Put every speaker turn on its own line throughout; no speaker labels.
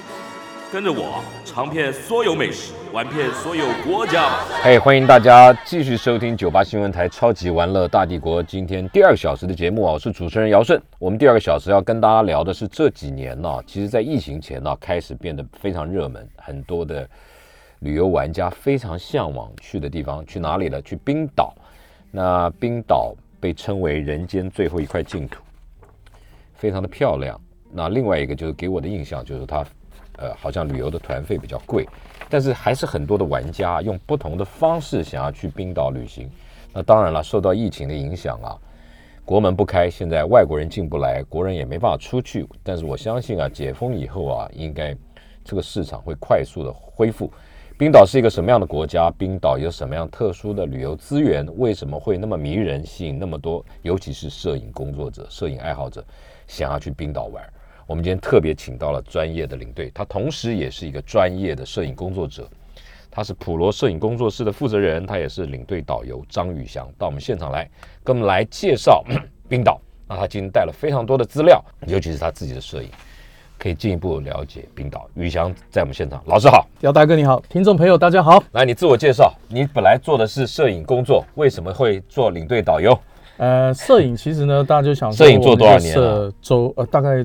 跟着我尝遍所有美食，玩遍所有国家吧。
嘿欢迎大家继续收听九八新闻台《超级玩乐大帝国》今天第二个小时的节目啊，我是主持人姚顺。我们第二个小时要跟大家聊的是这几年呢、其实在疫情前呢、开始变得非常热门，很多的旅游玩家非常向往去的地方，去哪里呢？去冰岛。那冰岛被称为人间最后一块净土，非常的漂亮。那另外一个就是给我的印象就是它，呃，好像旅游的团费比较贵，但是还是很多的玩家用不同的方式想要去冰岛旅行。那当然了，受到疫情的影响啊，国门不开，现在外国人进不来，国人也没办法出去。但是我相信啊，解封以后啊，应该这个市场会快速的恢复。冰岛是一个什么样的国家？冰岛有什么样特殊的旅游资源？为什么会那么迷人，吸引那么多，尤其是摄影工作者、摄影爱好者想要去冰岛玩？我们今天特别请到了专业的领队，他同时也是一个专业的摄影工作者，他是普罗摄影工作室的负责人，他也是领队导游张宇翔到我们现场来，跟我们来介绍 冰岛。那他今天带了非常多的资料，尤其是他自己的摄影，可以进一步了解冰岛。宇翔在我们现场，老师好。
姚大哥你好，听众朋友大家好。
来，你自我介绍，你本来做的是摄影工作，为什么会做领队导游？
呃，摄影其实呢，大家就想说
摄影做多少
我们
年
这
了
摄周呃，大概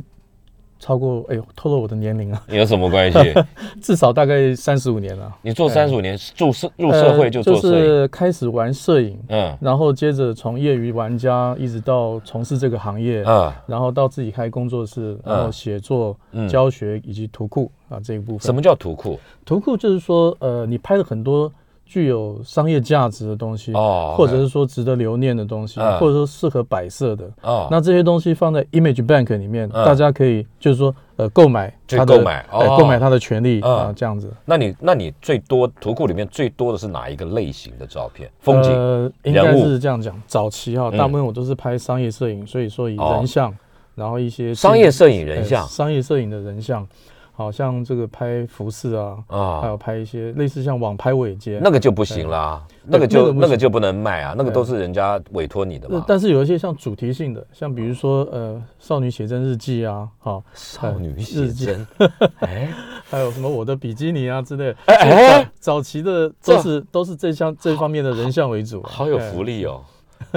超过哎呦，透露我的年龄啊，
有什么 关系？
至少大概三十五年了。
你做三十五年，入社入社会就做摄
呃、就
影，
是开始玩摄影，
嗯
然后接着从业余玩家一直到从事这个行业，
啊，
然后到自己开工作室，然后写作、
嗯
教学以及图库啊这一部分。
什么叫图库？
图库就是说，呃，你拍了很多具有商业价值的东西，
哦
或者是说值得留念的东西，
嗯
或者说适合摆设的。
哦，
那这些东西放在 Image Bank 里面，
嗯
大家可以就是说，呃，购买
去
它的
购买
呃
哦
购买它的权利
嗯
啊，这样子。
那你那你最多图库里面最多的是哪一个类型的照片？风景、
呃，应
人
该
物
是这样讲。早期哈，
嗯
大部分我都是拍商业摄影，所以说以
哦
人像，然后一些
商业摄影人
呃
像
商业摄影的人像，好像这个拍服饰啊，还
啊，
有拍一些类似像网拍尾街。
那个就不行啦，那个
对
就
那个不
那个
行
就不能卖啊，那个
对
都是人家委托你的
呃
嘛。
但是有一些像主题性的，像比如说呃少女写真日记啊，好、
少女写
日记
真， 哎
还有什么我的比基尼啊之类的。
哎哎，
早期的都是都是这项这方面的人像为主、啊，
好有福
利，
利哦！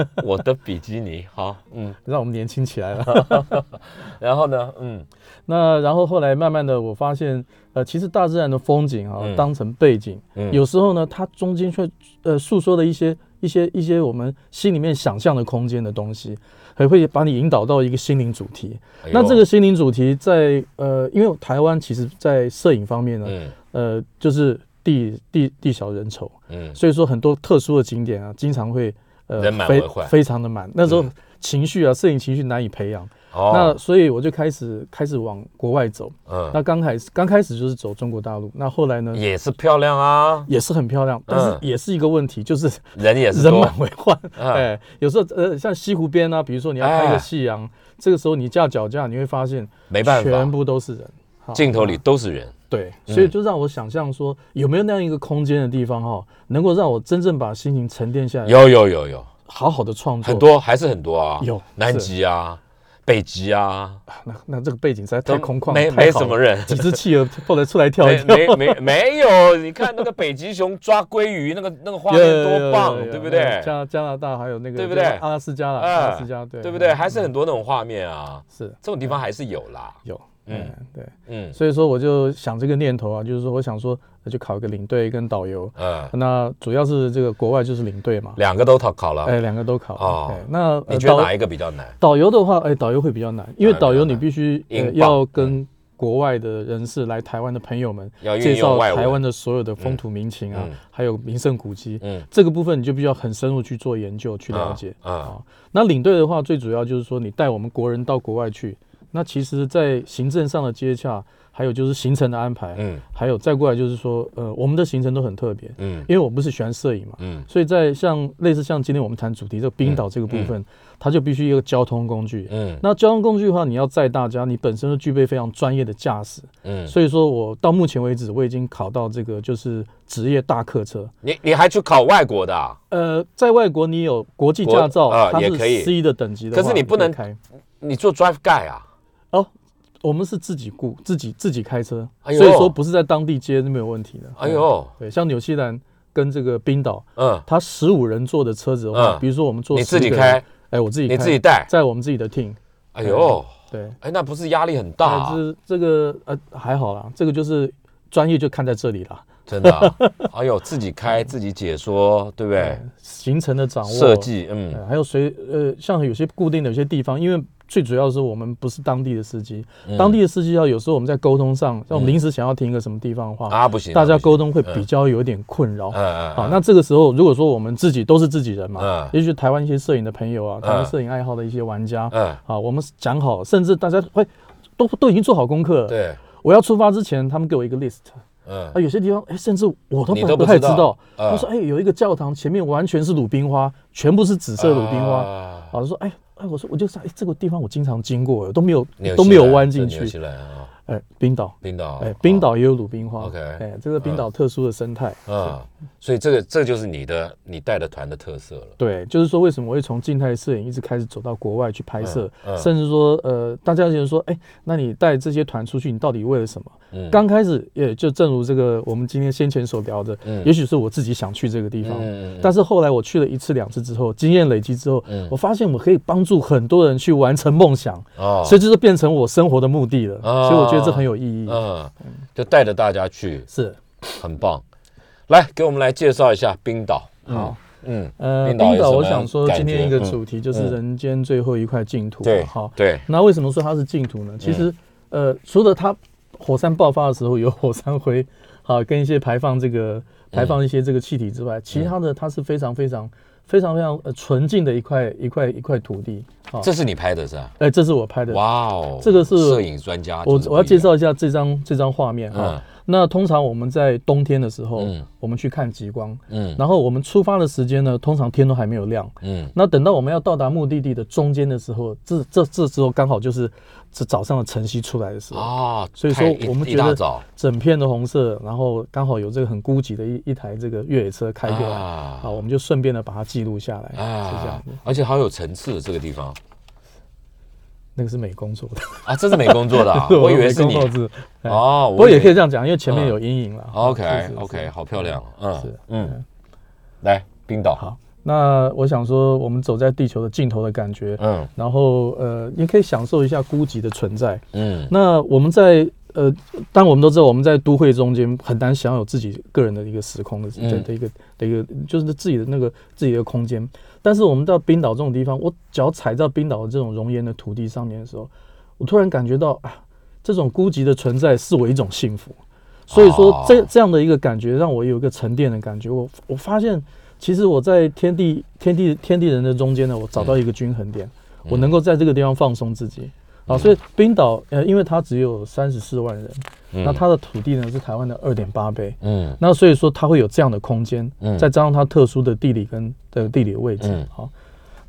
我的比基尼，好，嗯，
让我们年轻起来了。
然后呢，嗯，
那然后后来慢慢的，我发现，呃，其实大自然的风景啊，
嗯
当成背景，
嗯
有时候呢，它中间却呃诉说了一些一些一些我们心里面想象的空间的东西，还会把你引导到一个心灵主题。
哎呦
那这个，心灵主题在呃，因为台湾其实，在摄影方面呢，
嗯
呃，就是地地地小人稠，
嗯，
所以说很多特殊的景点啊，经常会呃
人满
非
为患
非常的满。那时候
嗯
情绪啊，摄影情绪难以培养，那
哦，
所以我就开始开始往国外走。
嗯，
那刚开始刚开始就是走中国大陆，那后来呢？
也是漂亮啊，
也是很漂亮，但是
嗯
也是一个问题，就是
人也是
人
多
满，为患。
嗯
哎、有时候呃，像西湖边啊，比如说你要拍
哎
个夕阳，这个时候你架脚架，你会发现
没办
全
法，
部都是人。好
镜头里都是人，
对，
嗯
所以就让我想象说，有没有那样一个空间的地方哈、能够让我真正把心情沉淀下来，
有有有有，
好好的创作。
很多还是很多啊，
有
南
是
极啊，北极啊，
啊那那这个背景实在
都
太空旷，
没
太
没
好
什么
了，。
人
几只企鹅后来出来跳一
没
跳，
没没没有，你看那个北极熊抓鲑鱼，那个那个画面多棒，
有有有有有
对不
那个
对？
加加拿大还有那个
对不对
阿拉斯加啦，阿拉斯加对
对不对？
嗯
还是很多那种画面啊，
是
这种地方还是有啦。
有
嗯
嗯对，
嗯
所以说我就想这个念头啊，就是说我想说那就考一个领队跟导游，
嗯，
那主要是这个国外就是领队嘛，
两个都考考了，
哎两个都考
哦
哎那呃
你觉得
导
哪一个比较难？
导游的话，哎，导游会比较难，
啊
因为导游你必须
英
呃
镑
要跟国外的人士来台湾的朋友们
要
介
运用
绍
外
台湾
文。
的所有的风土民情啊
嗯嗯，
还有名胜古迹，
嗯，
这个部分你就必须要很深入去做研究去了解
啊啊
啊。那领队的话，最主要就是说你带我们国人到国外去，那其实，在行政上的接洽，还有就是行程的安排，
嗯
还有再过来就是说，呃，我们的行程都很特别，
嗯
因为我不是喜欢摄影嘛，
嗯
所以在像类似像今天我们谈主题这个冰岛这个部分，它就必须一个交通工具。
嗯
那交通工具的话，你要载大家，你本身就具备非常专业的驾驶，
嗯，
所以说我到目前为止我已经考到这个就是职业大客车。
你你还去考外国的啊？
呃，在外国你有国际
国
驾照，
啊
它
也
是
可以
C 的等级的
可
话，
是你不能
可以开。
你做 drive guy 啊？
哦，我们是自己雇自己自己开车，
哎呦
所以说不是在当地接是没有问题的。
哎呦，
对，像纽西兰跟这个冰岛，
嗯，
它十五人坐的车子的话，
嗯
比如说我们坐
你自己
10个人
开，
哎，我自己
你
开，
自己带，
在我们自己的 team，
哎呦，
对，
哎，那不是压力很大
但
啊？
是这个呃还好啦，这个就是专业就看在这里啦，
真的 啊，哎呦，自己开自己解说，对不对？
行程的掌握
设。计，
呃
嗯
还有谁？呃，像有些固定的有些地方，因为最主要是我们不是当地的司机，
嗯
当地的司机要有时候我们在沟通上，像我们临时想要停一个什么地方的话，
啊，不行，
大家
那不行
沟，通会比较有点困扰。啊
嗯嗯，
好，那这个时候如果说我们自己都是自己人嘛
嗯，
也许台湾一些摄影的朋友啊，台
嗯
湾摄影爱好的一些玩家，
嗯
啊，我们讲好，甚至大家会都都已经做好功课了。
对，
我要出发之前，他们给我一个 list
嗯
啊，有些地方哎，甚至我都
你都
不
不
不太
知
知
道
道。
嗯
他说哎，有一个教堂前面完全是鲁冰花，全部是紫色鲁冰花。
啊
老师说哎哎，我说我就想哎，这个地方我经常经过，哎我都没有
纽西兰
都没有弯进
啊这纽西
去。
兰啊，
哎，冰岛。
冰岛，
哎，冰
啊，
岛也有鲁冰花。
OK
哎，这是冰岛特殊的生态。
嗯，所以这个这就是你的你带的团的特色了，
对，就是说为什么我会从静态摄影一直开始走到国外去拍摄，
嗯嗯
甚至说呃，大家就是说，哎，那你带这些团出去，你到底为了什么？
嗯
刚开始也就正如这个我们今天先前所聊的，
嗯
也许是我自己想去这个地方，
嗯嗯嗯
但是后来我去了一次两次之后，经验累积之后，
嗯
我发现我可以帮助很多人去完成梦想，
哦
所以这就变成我生活的目的了。
哦
所以我觉得这很有意义。
嗯，就带着大家去，
是，
很棒。来，给我们来介绍一下冰岛。
好。
嗯，
呃，
冰岛有
冰岛，
什么
我想说
感
今天一
觉
个
嗯
主题就是
嗯
人间最后一块净土。
对，
哦好，
对，嗯
那为什么说它是净土呢？其实，呃，除了它火山爆发的时候有火山灰， 好、跟一些排放这
嗯
个排放一些这个气体之外，其他的它是非常非常非常非常呃纯净的一块一块一块土地。好、
这是你拍的是吧？
哎、这是我拍的。
哇哦，
这个是
摄影专家，
我
真的不
我要介
一样。
绍一哦下这张这张画面哈、
嗯
那通常我们在冬天的时候，
嗯
我们去看极光，
嗯
然后我们出发的时间呢，通常天都还没有亮。
嗯
那等到我们要到达目的地的中间的时候，这这这时候刚好就是这早上的晨曦出来的时候
啊，
所以说
太一
我们
一
觉
大
得
早
整片的红色，然后刚好有这个很孤寂的一一台这个越野车开过来，
啊
啊，我们就顺便的把它记录下来，是这样
啊
子。，
而且好有层次这个地方
那个是美工做的，，
啊，这是美工做的啊
我
以为是你
哦，
哦，
不
我
过也可以
以嗯
这样讲，因为前面有阴影了。是
，OK
是
OK，
是
好漂亮，嗯
是
嗯，来冰岛，
好。那我想说，我们走在地球的尽头的感觉，
嗯
然后呃，也可以享受一下孤寂的存在。
嗯
那我们在呃，但我们都知道，我们在都会中间很难享有自己个人的一个时空的的
嗯
的一个的一个，就是自己的那个自己的空间。但是我们到冰岛这种地方，我脚踩到冰岛的这种熔岩的土地上面的时候，我突然感觉到啊，这种孤寂的存在是我一种幸福。所以说
哦
这这样的一个感觉，让我有一个沉淀的感觉。我我发现，其实我在天地天地天地人的中间呢，我找到
嗯
一个均衡点，我能够在这个地方放松自己。啊，
嗯
所以冰岛呃，因为它只有三十四万人，那它的土地呢是台湾的二点八倍，
嗯
那所以说它会有这样的空间，
嗯
再加上它特殊的地理跟的地理位置，
嗯
好。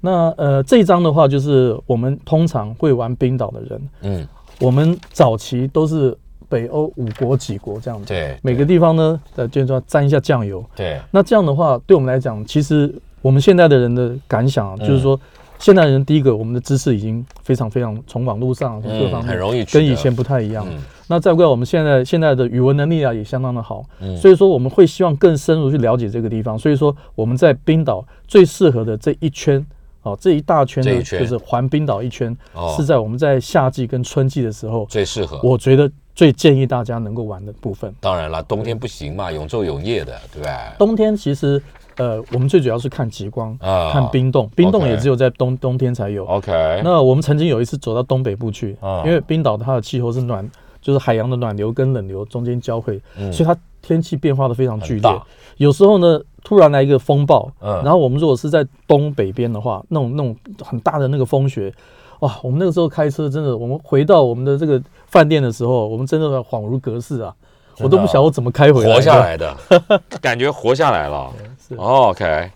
那呃，这一张的话，就是我们通常会玩冰岛的人，
嗯，
我们早期都是北欧五国几国这样子，
对
每个地方呢，呃，就是说沾一下酱油。
对，
那这样的话，对我们来讲，其实我们现代的人的感想
嗯
啊、就是说，现代人第一个，我们的知识已经非常非常从网络上从各
嗯，
方
很
面。
容易取
跟
得
以前不太一样，
嗯
那再怪我们现在现在的语文能力啊也相当的好，
嗯
所以说我们会希望更深入去了解这个地方，所以说我们在冰岛最适合的这一圈，哦这一大圈
这
呢
一圈
就是环冰岛一圈，
哦
是在我们在夏季跟春季的时候，
最适合
我觉得最建议大家能够玩的部分。
当然了，冬天不行嘛，永昼永夜的，对吧？
冬天其实，呃，我们最主要是看极光，
啊
看冰冻，冰冻
OK
也只有在冬冬天才有。
OK，
那我们曾经有一次走到东北部去，
啊
因为冰岛它的气候是暖，就是海洋的暖流跟冷流中间交汇，所以它天气变化的非常剧
嗯很大
烈。有时候呢，突然来一个风暴，
嗯
然后我们如果是在东北边的话，那种那种很大的那个风雪。哇，我们那个时候开车真的，我们回到我们的这个饭店的时候，我们真的恍如隔世啊，我都不晓得我怎么开回来，
活下。来的 感觉，活下来了。哦
是
OK，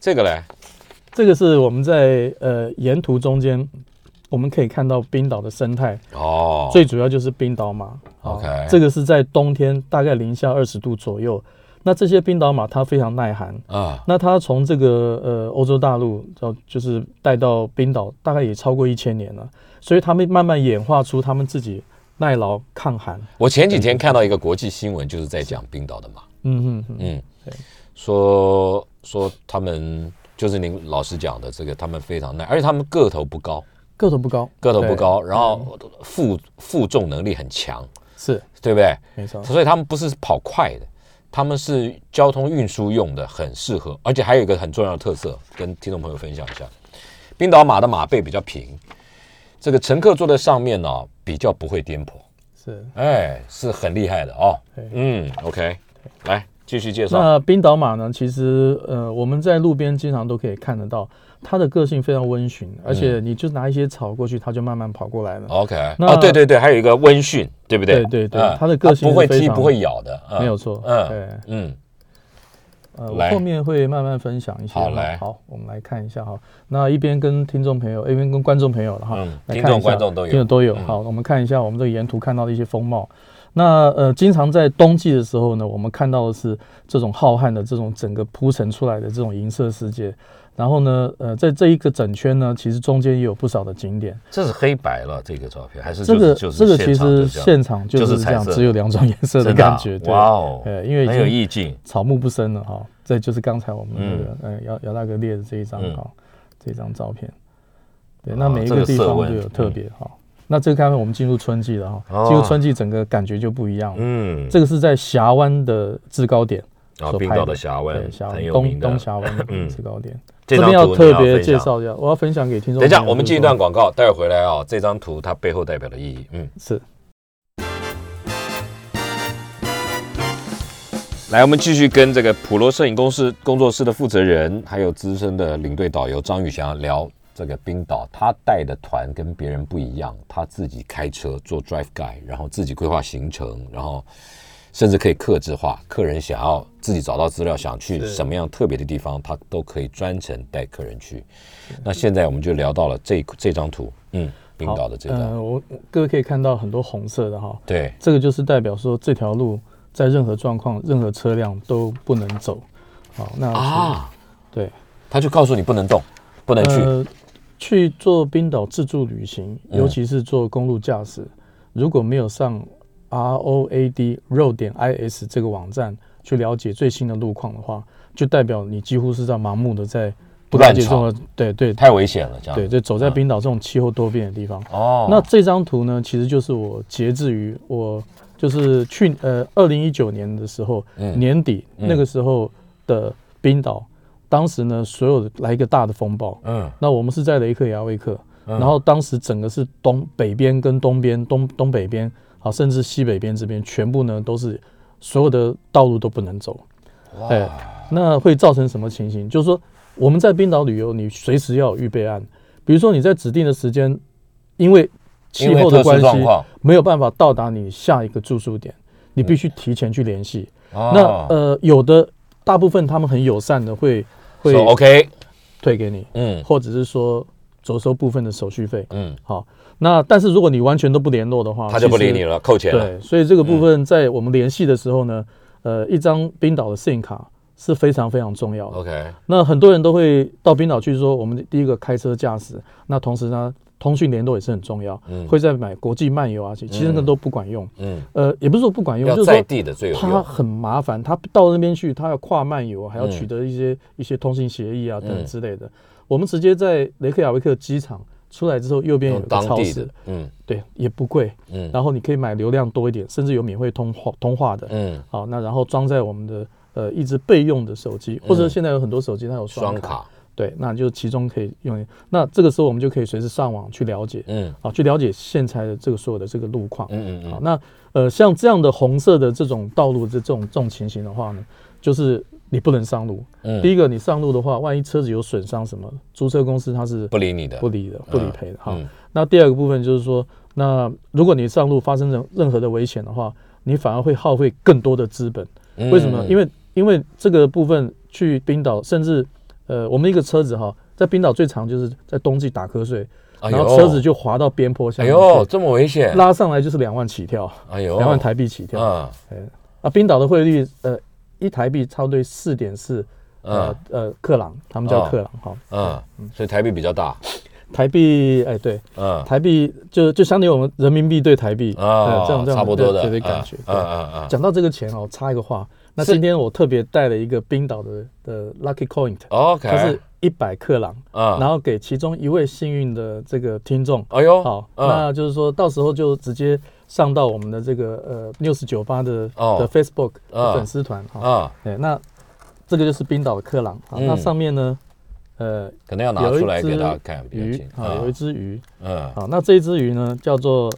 这个嘞，
这个是我们在呃沿途中间，我们可以看到冰岛的生态，
哦，
最主要就是冰岛马。啊
OK
这个是在冬天大概零下二十度左右。那这些冰岛马它非常耐寒，
啊，
那它从这个呃欧洲大陆到就是带到冰岛，大概也超过一千年了，所以他们慢慢演化出他们自己耐劳抗寒。
我前几天看到一个国际新闻，就是在讲冰岛的马，
嗯嗯
嗯
对，
说说他们就是您老师讲的这个，他们非常耐，而且他们个头不高，
个头不高，
个头不
对，
高，然后负负重能力很强，
是
对不对？
没错，
所以他们不是跑快的，他们是交通运输用的，很适合。而且还有一个很重要的特色，跟听众朋友分享一下：冰岛马的马背比较平，这个乘客坐在上面呢、比较不会颠簸，
是。
哎，是很厉害的哦
对。
嗯，OK，来继续介绍。
那冰岛马呢？其实呃，我们在路边经常都可以看得到，它的个性非常温驯，而且
嗯
你就拿一些草过去，它就慢慢跑过来了。
OK，
那
啊，对对对，还有一个温驯，对不对？
对对对
嗯
它的个性
它不会
是非
踢，
常
不会咬的，嗯
没有错，
嗯
对，
嗯，
呃，我
来
后面会慢慢分享一些。
好来
好，我们来看一下哈。那一边跟听众朋友，一边跟观众朋友了哈。
嗯
来看
听众
一下
观众都有
听众都有。
嗯
好，我们看一下我们这个沿途看到的一些风貌。那呃，经常在冬季的时候呢，我们看到的是这种浩瀚的这种整个铺陈出来的这种银色世界。然后呢，呃，在这一个整圈呢，其实中间也有不少的景点。
这是黑白了，这个照片还是
这个
就是
这个
现
其
场就
实
这样
现场就
就是
是这
彩
样，
色
只有两种颜色的
真的啊
感觉。对
哇哦
呃，因为已
很有
经
意境，
草木不生了哈、这就是刚才我们那个呃姚姚大哥列的这一张哈、
嗯
这张照片。对，
啊
那每一个地
这个色
方
温嗯
都有特别哈、那这个看我们进入春季了哈、
哦
进入春季整个感觉就不一样了。
嗯，
这个是在峡湾的制高点
然
所
后冰
拍
岛的峡湾
对峡
很
湾
有
东
名的
东峡湾
嗯
的制高点。
这张
边要
图
特
你
别
分
介
享。
绍一下，我要分享给听众朋友。
等一下，我们进一段
就是
广告，待会儿回来啊、这张图它背后代表的意义，嗯，
说是
来，我们继续跟这个普罗摄影公司工作室的负责人，还有资深的领队导游张宇翔聊这个冰岛，他带的团跟别人不一样，他自己开车做 drive guide，然后自己规划行程，然后甚至可以克制化，客人想要自己找到资料，想去什么样特别的地方，他都可以专程带客人去。那现在我们就聊到了这这张图，嗯，冰
好
岛的这张，
呃，我各位可以看到很多红色的哈、
对，
这个就是代表说这条路在任何状况、任何车辆都不能走。好，那
啊，
对，
他就告诉你不能动，不能去，
呃，去做冰岛自助旅行，
嗯
尤其是做公路驾驶，如果没有上 ROAD road 点 is 这个网站去了解最新的路况的话，就代表你几乎是在盲目的在不了解这种，对对
太危险了，这样
对，就走在
嗯
冰岛这种气候多变的地方。
哦，
那这张图呢，其实就是我截至于我就是去呃二零一九年的时候、
嗯
年底、
嗯
那个时候的冰岛，当时呢所有的来一个大的风暴，
嗯。
那我们是在雷克雅未克，
嗯
然后当时整个是东北边跟东边东东北边好，甚至西北边这边全部呢都是所有的道路都不能走，哎，那会造成什么情形？就是说我们在冰岛旅游，你随时要有预备案，比如说你在指定的时间，因为气
因为
候
特
的
殊
关系
状况
没有办法到达你下一个住宿点，你必须提前去联系。
哦
那呃，有的大部分他们很友善的会会
说 OK，
退给你，
嗯
或者是说酌收部分的手续费。
嗯，
好，那但是如果你完全都不联络的话，
他就不
啊其实
理你了，啊扣钱了。
对，所以这个部分在我们联系的时候呢，呃，一张冰岛的 SIM 卡是非常非常重要的。
OK，
那很多人都会到冰岛去说，我们第一个开车驾驶，那同时呢，通讯联络也是很重要，
嗯
会在买国际漫游啊，其实那个都不管用。
嗯，
呃，也不是说不管用，
要
就是
在
说
地的最有
它
用。
很麻烦，它到那边去，它要跨漫游，还要
嗯
取得一些、一些通信协议啊等
嗯
等之类的。我们直接在雷克雅未克机场出来之后，右边有
用
一个
当
超
地
市
的，，嗯
对，也不贵，
嗯
然后你可以买流量多一点，甚至有免费通话通话的。
嗯，
好，那然后装在我们的呃一直备用的手机，或者
嗯
现在有很多手机它有双
双
卡，
卡，
对，那就其中可以用。那这个时候我们就可以随时上网去了解，
嗯
啊，去了解现在的这个所有的这个路况。
嗯嗯
好，
嗯，
那呃像这样的红色的这种道路的这种这种情形的话呢，就是你不能上路。
嗯
第一个，你上路的话，万一车子有损伤什么，租车公司它是
不理你的，
不理的，不理赔的。好
嗯，
那第二个部分就是说，那如果你上路发生任任何的危险的话，你反而会耗费更多的资本。
嗯
为什么？因
为
为因为这个部分去冰岛，甚至呃，我们一个车子哈，在冰岛最常就是在冬季打瞌睡，然后车子就滑到边坡下
哎
面
呦
去，
这么危险，
拉上来就是两万起跳，
哎呦
两万台币起跳。
啊
啊，冰岛的汇率呃，一台币差不多四点四，呃
嗯
呃克朗，他们叫
哦
克朗哈，
嗯，所以台币比较大，
台币哎对，
嗯
台币就就相当于我们人民币对台币
啊
呃，这样这样
差不多的
这些感觉。
嗯
对
嗯嗯嗯，
讲到这个钱哦，插一个话，那
是
今天我特别带了一个冰岛的的 Lucky Coin，
OK，
它是一百克朗，
嗯
然后给其中一位幸运的这个听众。
哎呦
好，
嗯
那就是说到时候就直接上到我们的这个呃六十九八的
哦
的 Facebook
嗯
粉丝团哈。
啊，
对，那这个就是冰岛的克朗啊，
嗯
那上面呢，呃，
可能要拿
有一
出来给
只
大家看比较
鱼
近
啊，有一只鱼
嗯，
啊，那这一只鱼呢叫做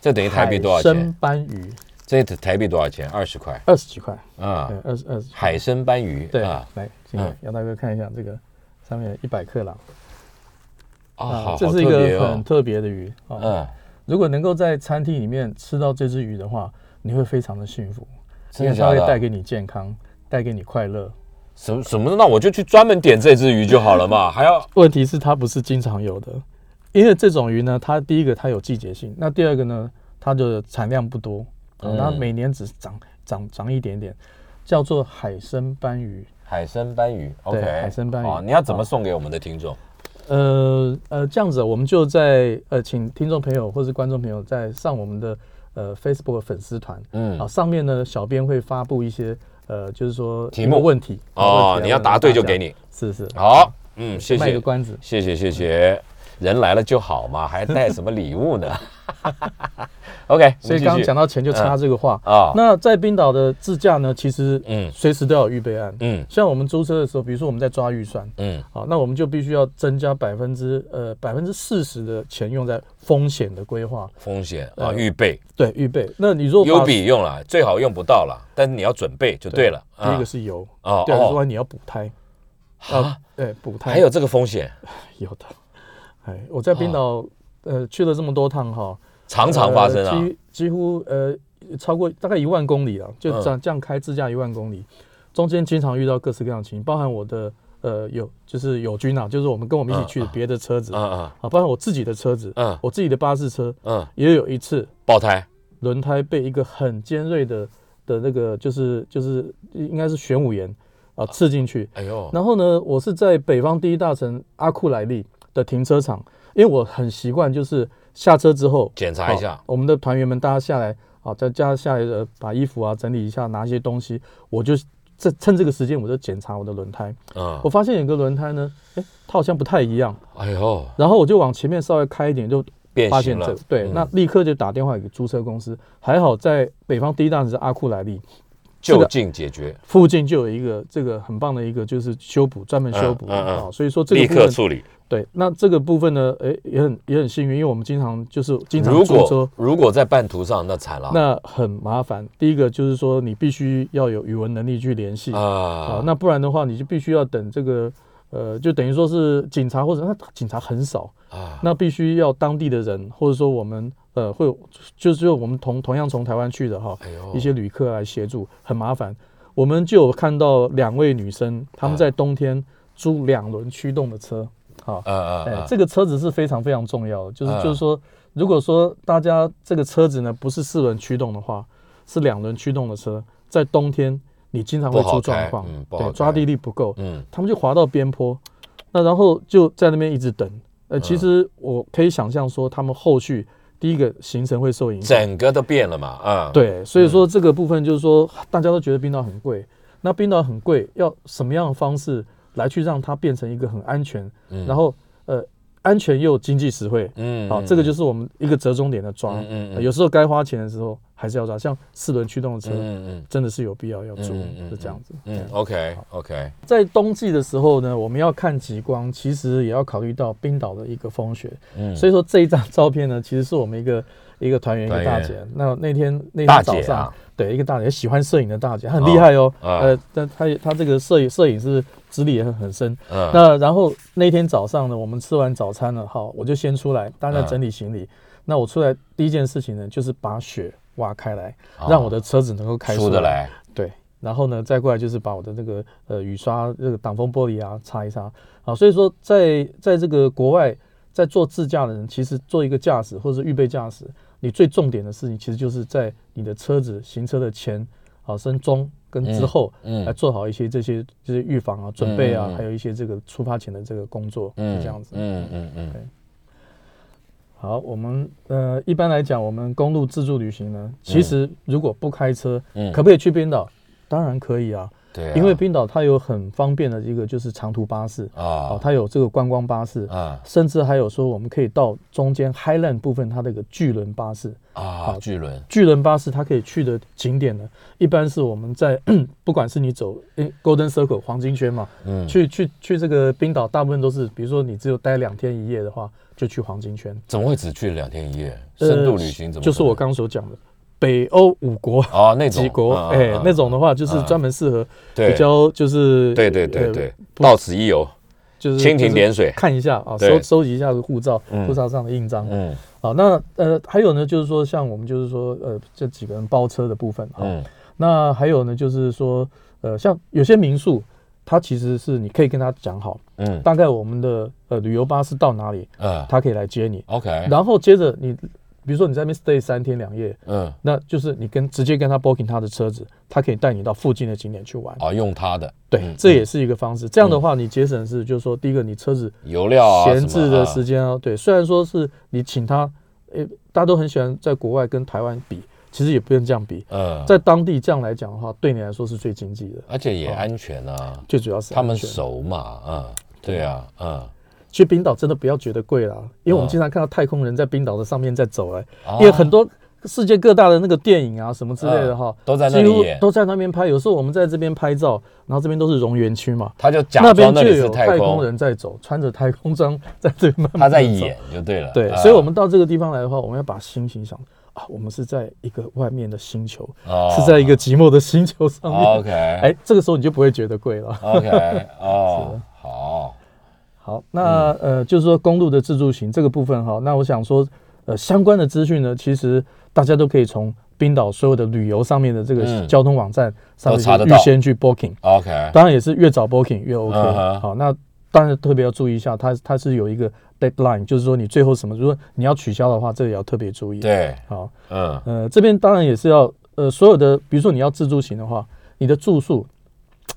这等于台币多少
海参
钱？
斑鱼，
这台币多少钱？二十块
二十几块，
啊
对，，二十二十几块。
海参斑鱼
对
啊，
来，请给
嗯
杨大哥看一下这个上面一百克朗
啊，好，
这
好
是一
特别
个
哦
很特别的鱼啊。
嗯，
如果能够在餐厅里面吃到这只鱼的话，你会非常的幸福，
真
因为
的
它
假
会
的
带
啊？
给你健康，带给你快乐。
什么什么？那我就去专门点这只鱼就好了嘛，还 要
问题是它不是经常有的，因为这种鱼呢，它第一个它有季节性，那第二个呢，它的产量不多，啊
嗯
它每年只长长长一点点，叫做海参斑鱼。
海参斑鱼，OK，
海参斑鱼
好你要怎么送给我们的听众？
呃呃，这样子，我们就在呃，请听众朋友或是观众朋友在上我们的呃 Facebook 粉丝团，
嗯
啊，上面呢，小编会发布一些呃，就是说
题
一个
目
问题啊
哦，你要答对就给，
一个问题来问大
你。
家是是，
好，嗯，谢
卖
谢
个，关子，
谢谢，谢谢。人来了就好 嘛，还带什么礼物呢？OK，
所以刚刚讲
到，
到钱就插这个话
嗯啊
那在冰岛的自驾呢，其实
嗯
嗯，随时都要有预备案，
嗯
像我们租车的时候，比如说我们在抓预算，
嗯
好，那我们就必须要增加百分之呃百分之四十的钱用在风险的规划，
风险啊，
呃
预备，
对，预备。那你如果
优
把
比用了，最好用不到了，但是你要准备就对了。
第一个
啊
是油，
哦
第二个是
哦
说哎你要补胎，
啊，
对，补胎
还有这个风险，
有的，哎，我在冰
哦
岛呃去了这么多趟哈，
常常发生
呃
啊。
几几乎呃超过大概一万公里啊，就
嗯
这样这样开自驾一万公里，中间经常遇到各式各样的情形，包含我的呃友就是友军啊，就是我们跟我们一起去的别的车子
嗯嗯
啊，包含我自己的车子，
嗯
我自己的巴士车
嗯，
也有一次
爆胎
轮胎被一个很尖锐的的那个就是就是应该是玄武岩啊刺进去，
哎呦，
然后呢，我是在北方第一大城阿库莱利的停车场，因为我很习惯就是下车之后
检查一下
好我们的团员们大家下来啊，再加下来呃把衣服啊整理一下，拿一些东西，我就这趁这个时间我就检查我的轮胎，我
嗯，
发现有个轮胎呢，哎，它好像不太一样，
哎呦，
然后我就往前面稍微开一点就。
变
发
形
现
了
这个对，
嗯
那立刻就打电话给租车公司。还好在北方第一大城市阿库莱利，这
就
个
近解决，
附近就有一个这个很棒的一个就是修补，专门修补
嗯嗯嗯
啊，所以说这个
立
部
刻
分
处理。
对，那这个部分呢，诶，也很也很幸运，因为我们经常就是经常
如
租
果
车，
如果在半途上，那惨了。
那很麻烦。第一个就是说，你必须要有语文能力去联系啊、
啊，
那不然的话，你就必须要等这个，呃，就等于说是警察或者那警察很少，
啊
那必须要当地的人，或者说我们呃会有就是我们同同样从台湾去的哈
哎呦，
一些旅客来协助，很麻烦。我们就有看到两位女生，她
啊
们在冬天租两轮驱动的车，好、
呃呃
哎
呃，
这个车子是非常非常重要的，就是、
嗯
就是说，如果说大家这个车子呢不是四轮驱动的话，是两轮驱动的车，在冬天你经常会
不好
出
开
状况，
嗯不好
对，
开
抓地力不够，
嗯
他们就滑到边坡，那然后就在那边一直等。呃，
嗯
其实我可以想象说，他们后续第一个行程会受影响，
整个都变了嘛，啊，，
对，所以说这个部分就是说，大家都觉得冰岛很贵，那冰岛很贵，要什么样的方式来去让它变成一个很安全，然后呃安全又经济实惠，
嗯，
好，
嗯
这个就是我们一个折中点的抓
嗯嗯，嗯
呃有时候该花钱的时候还是要抓，像四轮驱动的车
嗯嗯
真的是有必要要做
嗯嗯，
是这样子，
嗯，OK OK，
在冬季的时候呢，我们要看极光，其实也要考虑到冰岛的一个风雪。
嗯
所以说这一张照片呢，其实是我们一个一个团员，一个大姐
团。
那那天那
大
天
姐
早
啊
上，对一个大姐，喜欢摄影的大姐，她很厉害哦。
哦啊
呃，但她也她这个摄影摄影是资历也很很深。
嗯，
那然后那天早上呢，我们吃完早餐了，好，我就先出来，大家
嗯
整理行李。那我出来第一件事情呢，就是把雪挖开来，
哦
让我的车子能够开
出得
来。
来，
对，然后呢，再过来就是把我的那个呃雨刷、这个挡风玻璃啊擦一擦啊。所以说在，在这个国外，在做自驾的人，其实做一个驾驶或者是预备驾驶，你最重点的事情，其实就是在你的车子行车的前啊、身中跟之后，
嗯嗯
来做好一些这些就是预防啊、准备啊，
嗯嗯嗯
还有一些这个出发前的这个工作，
嗯，
这样子。
嗯嗯嗯，
好，我们呃，一般来讲，我们公路自助旅行呢，其实如果不开车，
嗯
可不可以去冰岛？当然可以啊。
对啊，
因为冰岛它有很方便的一个就是长途巴士
啊
哦，它有这个观光巴士，
啊
甚至还有说我们可以到中间 Highland 部分它那个巨轮巴士，
啊，巨轮，
巨轮巴士它可以去的景点呢，一般是我们在 不管是你走诶 Golden Circle 黄金圈嘛，
嗯，
去去去这个冰岛，大部分都是比如说你只有待两天一夜的话，就去黄金圈，
怎么会只去两天一夜？
呃
深度旅行怎么可能？
就是我刚所讲的北欧五国。
哦那种
几国
啊
哎
啊，
那种的话就是
啊
专门适合
对
比较就是
对对对
呃
对，到此一游，
就是
蜻蜓
就是
点水
看一下啊，
对
收收集一下这个护照，护照上的印章。
嗯
好，那呃还有呢，就是说像我们就是说呃这几个人包车的部分哈，
嗯
那还有呢就是说呃像有些民宿，它其实是你可以跟他讲好，
嗯
大概我们的呃旅游巴士到哪里，
啊
他可以来接你，
，OK，
然后接着你比如说你在那边 stay 三天两夜。
嗯
那就是你跟直接跟他 booking 他的车子，他可以带你到附近的景点去玩。
啊，用它的
对，
嗯
这也是一个方式。这样的话，你节省是就是说，第一个你车子
油料啊，
闲置的
时
时间啊，对，虽然说是你请他，诶，大家都很喜欢在国外跟台湾比，其实也不用这样比，
嗯，
在当地这样来讲的话，对你来说是最经济的，
而且也安全啊，
最主要是
他们
安全
熟嘛，嗯，对啊，嗯，
去冰岛真的不要觉得贵啦，因为我们
嗯
经常看到太空人在冰岛的上面在走、哎、
啊
因为很多。世界各大的那个电影啊，什么之类的哈
嗯，都在那里
几乎
演
都在那边拍。有时候我们在这边拍照，然后这边都是熔岩区嘛，
他就假
那边
装那
就
里是
有
太
空，人在走，穿着太空装在这边慢慢
他在
地走
演就对了，
对，
啊
所以，我们到这个地方来的话，我们要把心情想啊，我们是在一个外面的星球，
哦
是在一个寂寞的星球上面。
OK，
哎，这个时候你就不会觉得贵了。
OK，哦，
哎
好，
好，那、
嗯
呃，就是说公路的自助行这个部分哈，那我想说，呃，相关的资讯呢，其实大家都可以从冰岛所有的旅游上面的这个
嗯
交通网站上
都查
面
得
去预
到
先去 booking。
OK，
当然也是越早 booking 越 OK、
嗯哼
好，那当然特别要注意一下，它它是有一个 deadline，就是说你最后什么，如果你要取消的话，这也要特别注意。，
对，
好，
嗯，
呃，这边当然也是要呃所有的，比如说你要自助行的话，你的住宿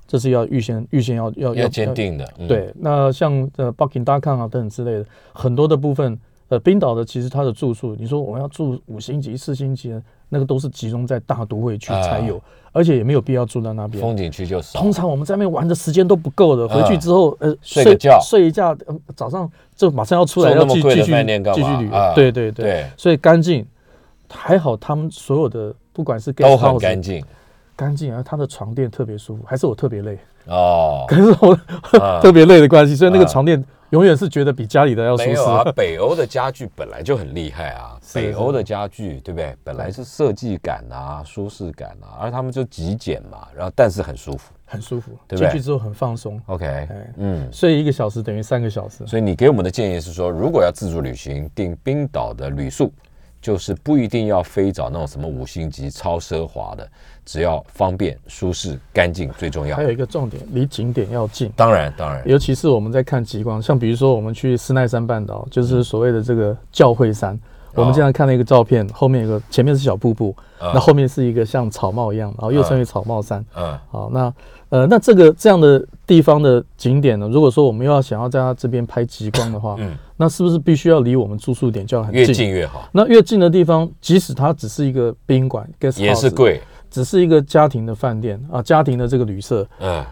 这是要预先预先要要
要坚。定的，嗯，
对，那像呃 Booking.com 啊等等之类的，很多的部分，呃，冰岛的其实它的住宿，你说我们要住五星级、四星级的，那个都是集中在大都会
啊
区才有，而且也没有必要住到那边。
风景区就少
通，常我们在那边玩的时间都不够的，回去之后，呃，
嗯睡个觉
睡一觉，呃早上就马上要出来，
住
要
那么
继
贵
继
的
续
饭店干
继
嘛
续旅游
啊。
对对对，
对，
所以干净，还好他们所有的不管是 guest
都很
house，
干净
干净，然后他的床垫特别舒服，还是我特别 累，
哦。
可是我
啊
特别累的关系，所以那个
啊
床垫永远是觉得比家里的要舒
没
适
有。啊，北欧的家具本来就很厉害啊，
是
北欧的家具对不对？本来是设计感啊、舒适感啊，而他们就极简嘛，然后但是很舒服。
很舒服，
对不
进
对
去之后很放松，
OK，
哎
嗯，
睡一个小时等于三个小时。
所以你给我们的建议是说，如果要自助旅行，订冰岛的旅宿，就是不一定要非找那种什么五星级超奢华的，只要方便、舒适、干净最重要
还。有一个重点，离景点要近。
当然，当然，
尤其是我们在看极光，像比如说我们去斯奈山半岛，
嗯
就是所谓的这个教会山，
哦
我们经常看到一个照片，后面有个前面是小瀑布，
啊
那后面是一个像草帽一样，然后又称为草帽山。
嗯
好，那呃，那这个这样的地方的景点呢，如果说我们又要想要在它这边拍极光的话，
嗯，
那是不是必须要离我们住宿点就要很
越近越好，
那越近的地方，即使它只是一个宾馆，
也是，贵，
只是一个家庭的饭店啊，家庭的这个旅社，
嗯，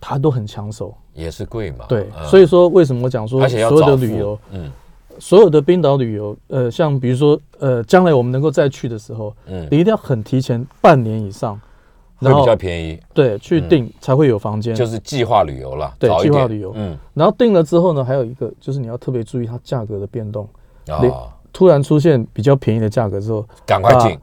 它都很抢手。
也是贵嘛。
对，
嗯
所以说为什么我讲说
而且
所
要
有
早
的
付
旅游，，
嗯
所有的冰岛旅游，呃，像比如说，呃，将来我们能够再去的时候，
嗯，
你一定要很提前半年以上，
会
然
比
后
较便宜，
对去订才会有房间，
就是计划旅游了，
对
早一点
计划旅游
嗯，
然后订了之后呢，还有一个就是你要特别注意它价格的变动，
啊、
对突然出现比较便宜的价格之后，
赶快进
啊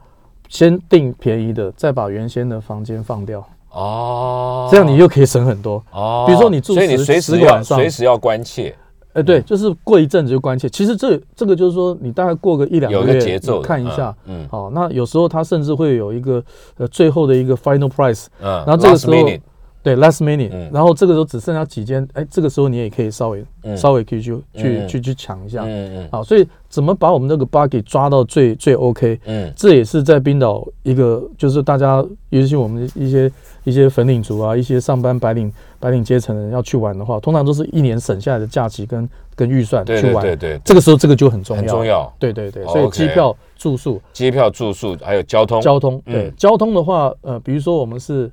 先订便宜的，再把原先的房间放掉，
哦，
啊这样你又可以省很多。
哦，
比如说你住
所以你
十
随
十
时
个
要
晚上
随时要关切，
哎，对，
嗯
就是过一阵子就关切。其实这这个就是说，你大概过个一两
有一个
个月
节奏的
你看一下，
嗯嗯
好，那有时候它甚至会有一个呃最后的一个 final price，
嗯，然
后这个时候
minute,
对 last minute，、
嗯
然后这个时候只剩下几间，哎，这个时候你也可以稍微、
嗯
稍微可以去去、
嗯
去去抢一下，
嗯嗯
好，所以怎么把我们这个 bug 给抓到最最 OK，
嗯
这也是在冰岛一个，就是大家，尤其我们一些一些粉领族啊，一些上班白领白领阶层的人要去玩的话，通常都是一年省下来的假期跟跟预算去
对嗯
玩。
对对对，
这个时候这个就很重要。
很重。要，
对啊对对，
哦
所以
OK
机票、住宿、
机票、住宿还有交通，
交通，
嗯
对交通的话，呃，比如说我们是，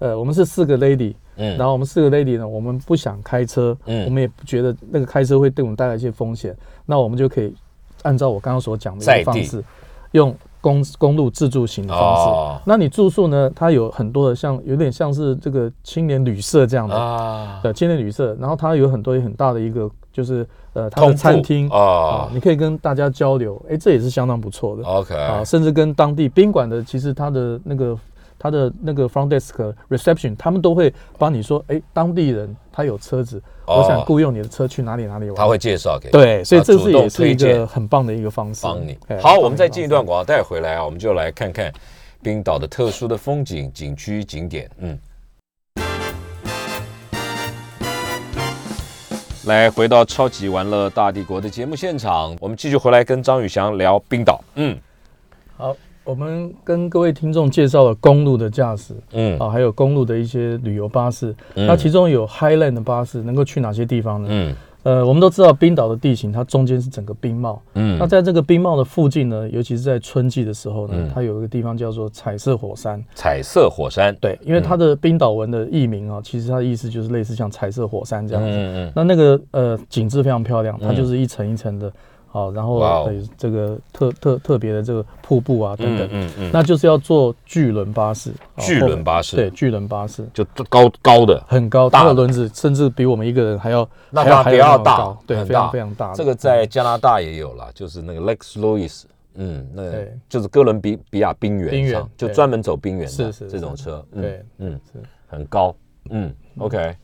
呃，我们是四个 lady，
嗯
然后我们四个 lady 呢，我们不想开车，
嗯
我们也不觉得那个开车会对我们带来一些风险，那我们就可以按照我刚刚所讲的一
在地
个方式，用公公路自助行的方式。
哦
那你住宿呢，它有很多的像有点像是这个青年旅社这样的，
啊，
的青年旅社，然后它有很多很大的一个就是呃它
通
的
铺
餐厅啊
哦
你可以跟大家交流，哎，这也是相当不错的。
OK
啊，甚至跟当地宾馆的，其实它的那个它的那个 front desk reception，他们都会帮你说，哎，当地人他有车子，
哦
我想雇用你的车去哪里哪里玩。
他会介绍给你
对，所以
他
这
主
是
动
也是一
推荐
个很棒的一个方式，
帮你
哎。
好，我们再进一。
很棒的方
段
式
广告，带回来啊，我们就来看看冰岛的特殊的风景、景区、景点。嗯，来回到超级玩乐大帝国的节目现场，我们继续回来跟张宇翔聊冰岛。嗯
好，我们跟各位听众介绍了公路的驾驶，
嗯
啊，还有公路的一些旅游巴士。
嗯
那其中有 Highland 的巴士，能够去哪些地方呢？
嗯
呃，我们都知道冰岛的地形，它中间是整个冰帽。
嗯
那在这个冰帽的附近呢，尤其是在春季的时候呢，
嗯
它有一个地方叫做彩色火山。
彩色火山，
对，因为
嗯
它的冰岛文的译名啊，其实它的意思就是类似像彩色火山这样子。
嗯嗯嗯
那那个呃景致非常漂亮，它就是一层一层的，好、然后、
哇哦
呃这个特特特别的这个瀑布啊等等，
嗯嗯嗯，
那就是要坐巨轮巴士。啊
巨轮巴士
对，巨轮巴士。
就高高的，
很高，
大
它
的
的轮子甚至比我们一个人还要
那
还要
当然
还
比
要
较
那么
大
高，对，
很
非
大
常非常大的。
这个在加拿大也有了，就是那个 Lex Lewis，嗯，那个
对
就是哥伦比比亚冰
冰
原
原
上，就
对
专门走冰原的
是是
这种
是
车，嗯
对，
嗯
是，
很高，嗯，OK，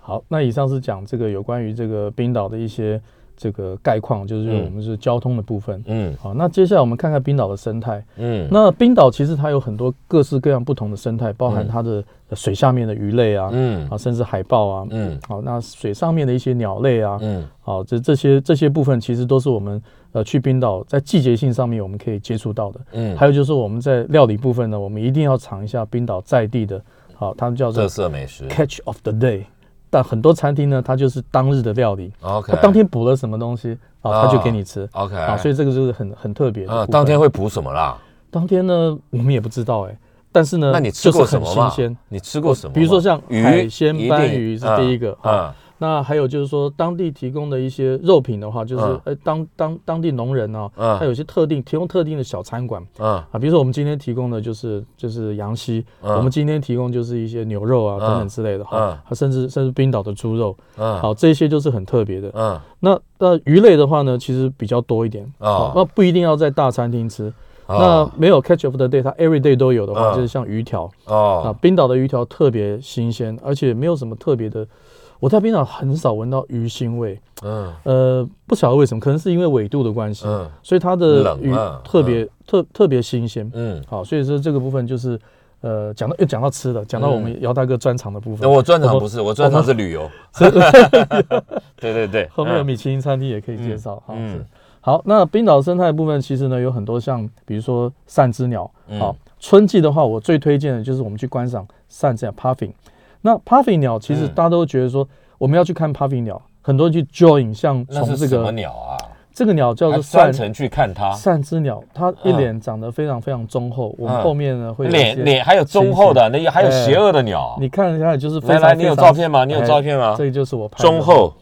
好，那以上是讲这个有关于这个冰岛的一些这个概况，就是
嗯
我们是交通的部分。
嗯
好，那接下来我们看看冰岛的生态。
嗯，
那冰岛其实它有很多各式各样不同的生态，包含
嗯
它的水下面的鱼类啊，
嗯
啊，甚至海豹啊，
嗯
好，那水上面的一些鸟类啊，
嗯
好，这这些这些部分其实都是我们呃去冰岛在季节性上面我们可以接触到的。
嗯，
还有就是我们在料理部分呢，我们一定要尝一下冰岛在地的，好，他们叫
特
做
色美食
catch of the day。但很多餐厅呢，它就是当日的料理，
，OK，
它当天补了什么东西啊，
啊
它就给你吃
OK，
啊，所
以
以这个就是很很特别的部
啊，
分。
当天会补什么啦？
当天呢，我们也不知道哎，但是呢，
那你吃过什
就
么
是很
嘛
新鲜？。
你吃过什么嘛？
比如说像
鱼，
海鲜
一
斑
定
鱼是
嗯
第一个
嗯
那还有就是说，当地提供的一些肉品的话，就是
嗯
呃，当当当地农人呢，
嗯
他有些特定提供特定的小餐馆，
嗯
啊，比如说我们今天提供的就是就是羊膝，
嗯
我们今天提供就是一些牛肉啊等
嗯
等之类的
嗯
哈，啊甚至甚至冰岛的猪肉，
嗯，
好，这些就是很特别的。
嗯
那那鱼类的话呢，其实比较多一点
哦
好那不一定要在大餐厅吃。那
哦
没有 catch of the day，它 every day 都有的话，
嗯
就是像鱼条啊，
哦
冰岛的鱼条特别新鲜，而且没有什么特别的。我在冰岛很少闻到鱼腥味，
嗯
呃，不晓得为什么，可能是因为纬度的关系，
嗯
所以它的
冷
鱼
啊
特别、特特别新鲜。
嗯，
好，所以说这个部分就是，呃，讲到又讲到吃的，讲到我们姚大哥专场的部分。
那我专长
嗯我
不是，我专长是旅 游。 对对对，
后面有
嗯
米其林餐厅也可以介绍。好，
嗯
是好，那冰岛生态部分其实呢有很多像，比如说扇之鸟。
嗯
好，春季的话，我最推荐的就是我们去观赏扇之鸟 puffin。那 puffin 鸟其实
嗯
大家都觉得说我们要去看 puffin 鸟，很多人去 join 像
那
从
是
这
什么
个
鸟啊？
这个鸟叫
还
做
专
扇
程去看它，
扇之鸟，它一
嗯
脸长得非常非常忠厚。我
嗯
们后面呢会有一些哎
脸脸还有忠厚的，那还有邪恶的鸟。
你看一下，就是非
来
常
来，你有
非常
照片吗？你有照片
哎
吗
这？个就是我拍的
忠，厚，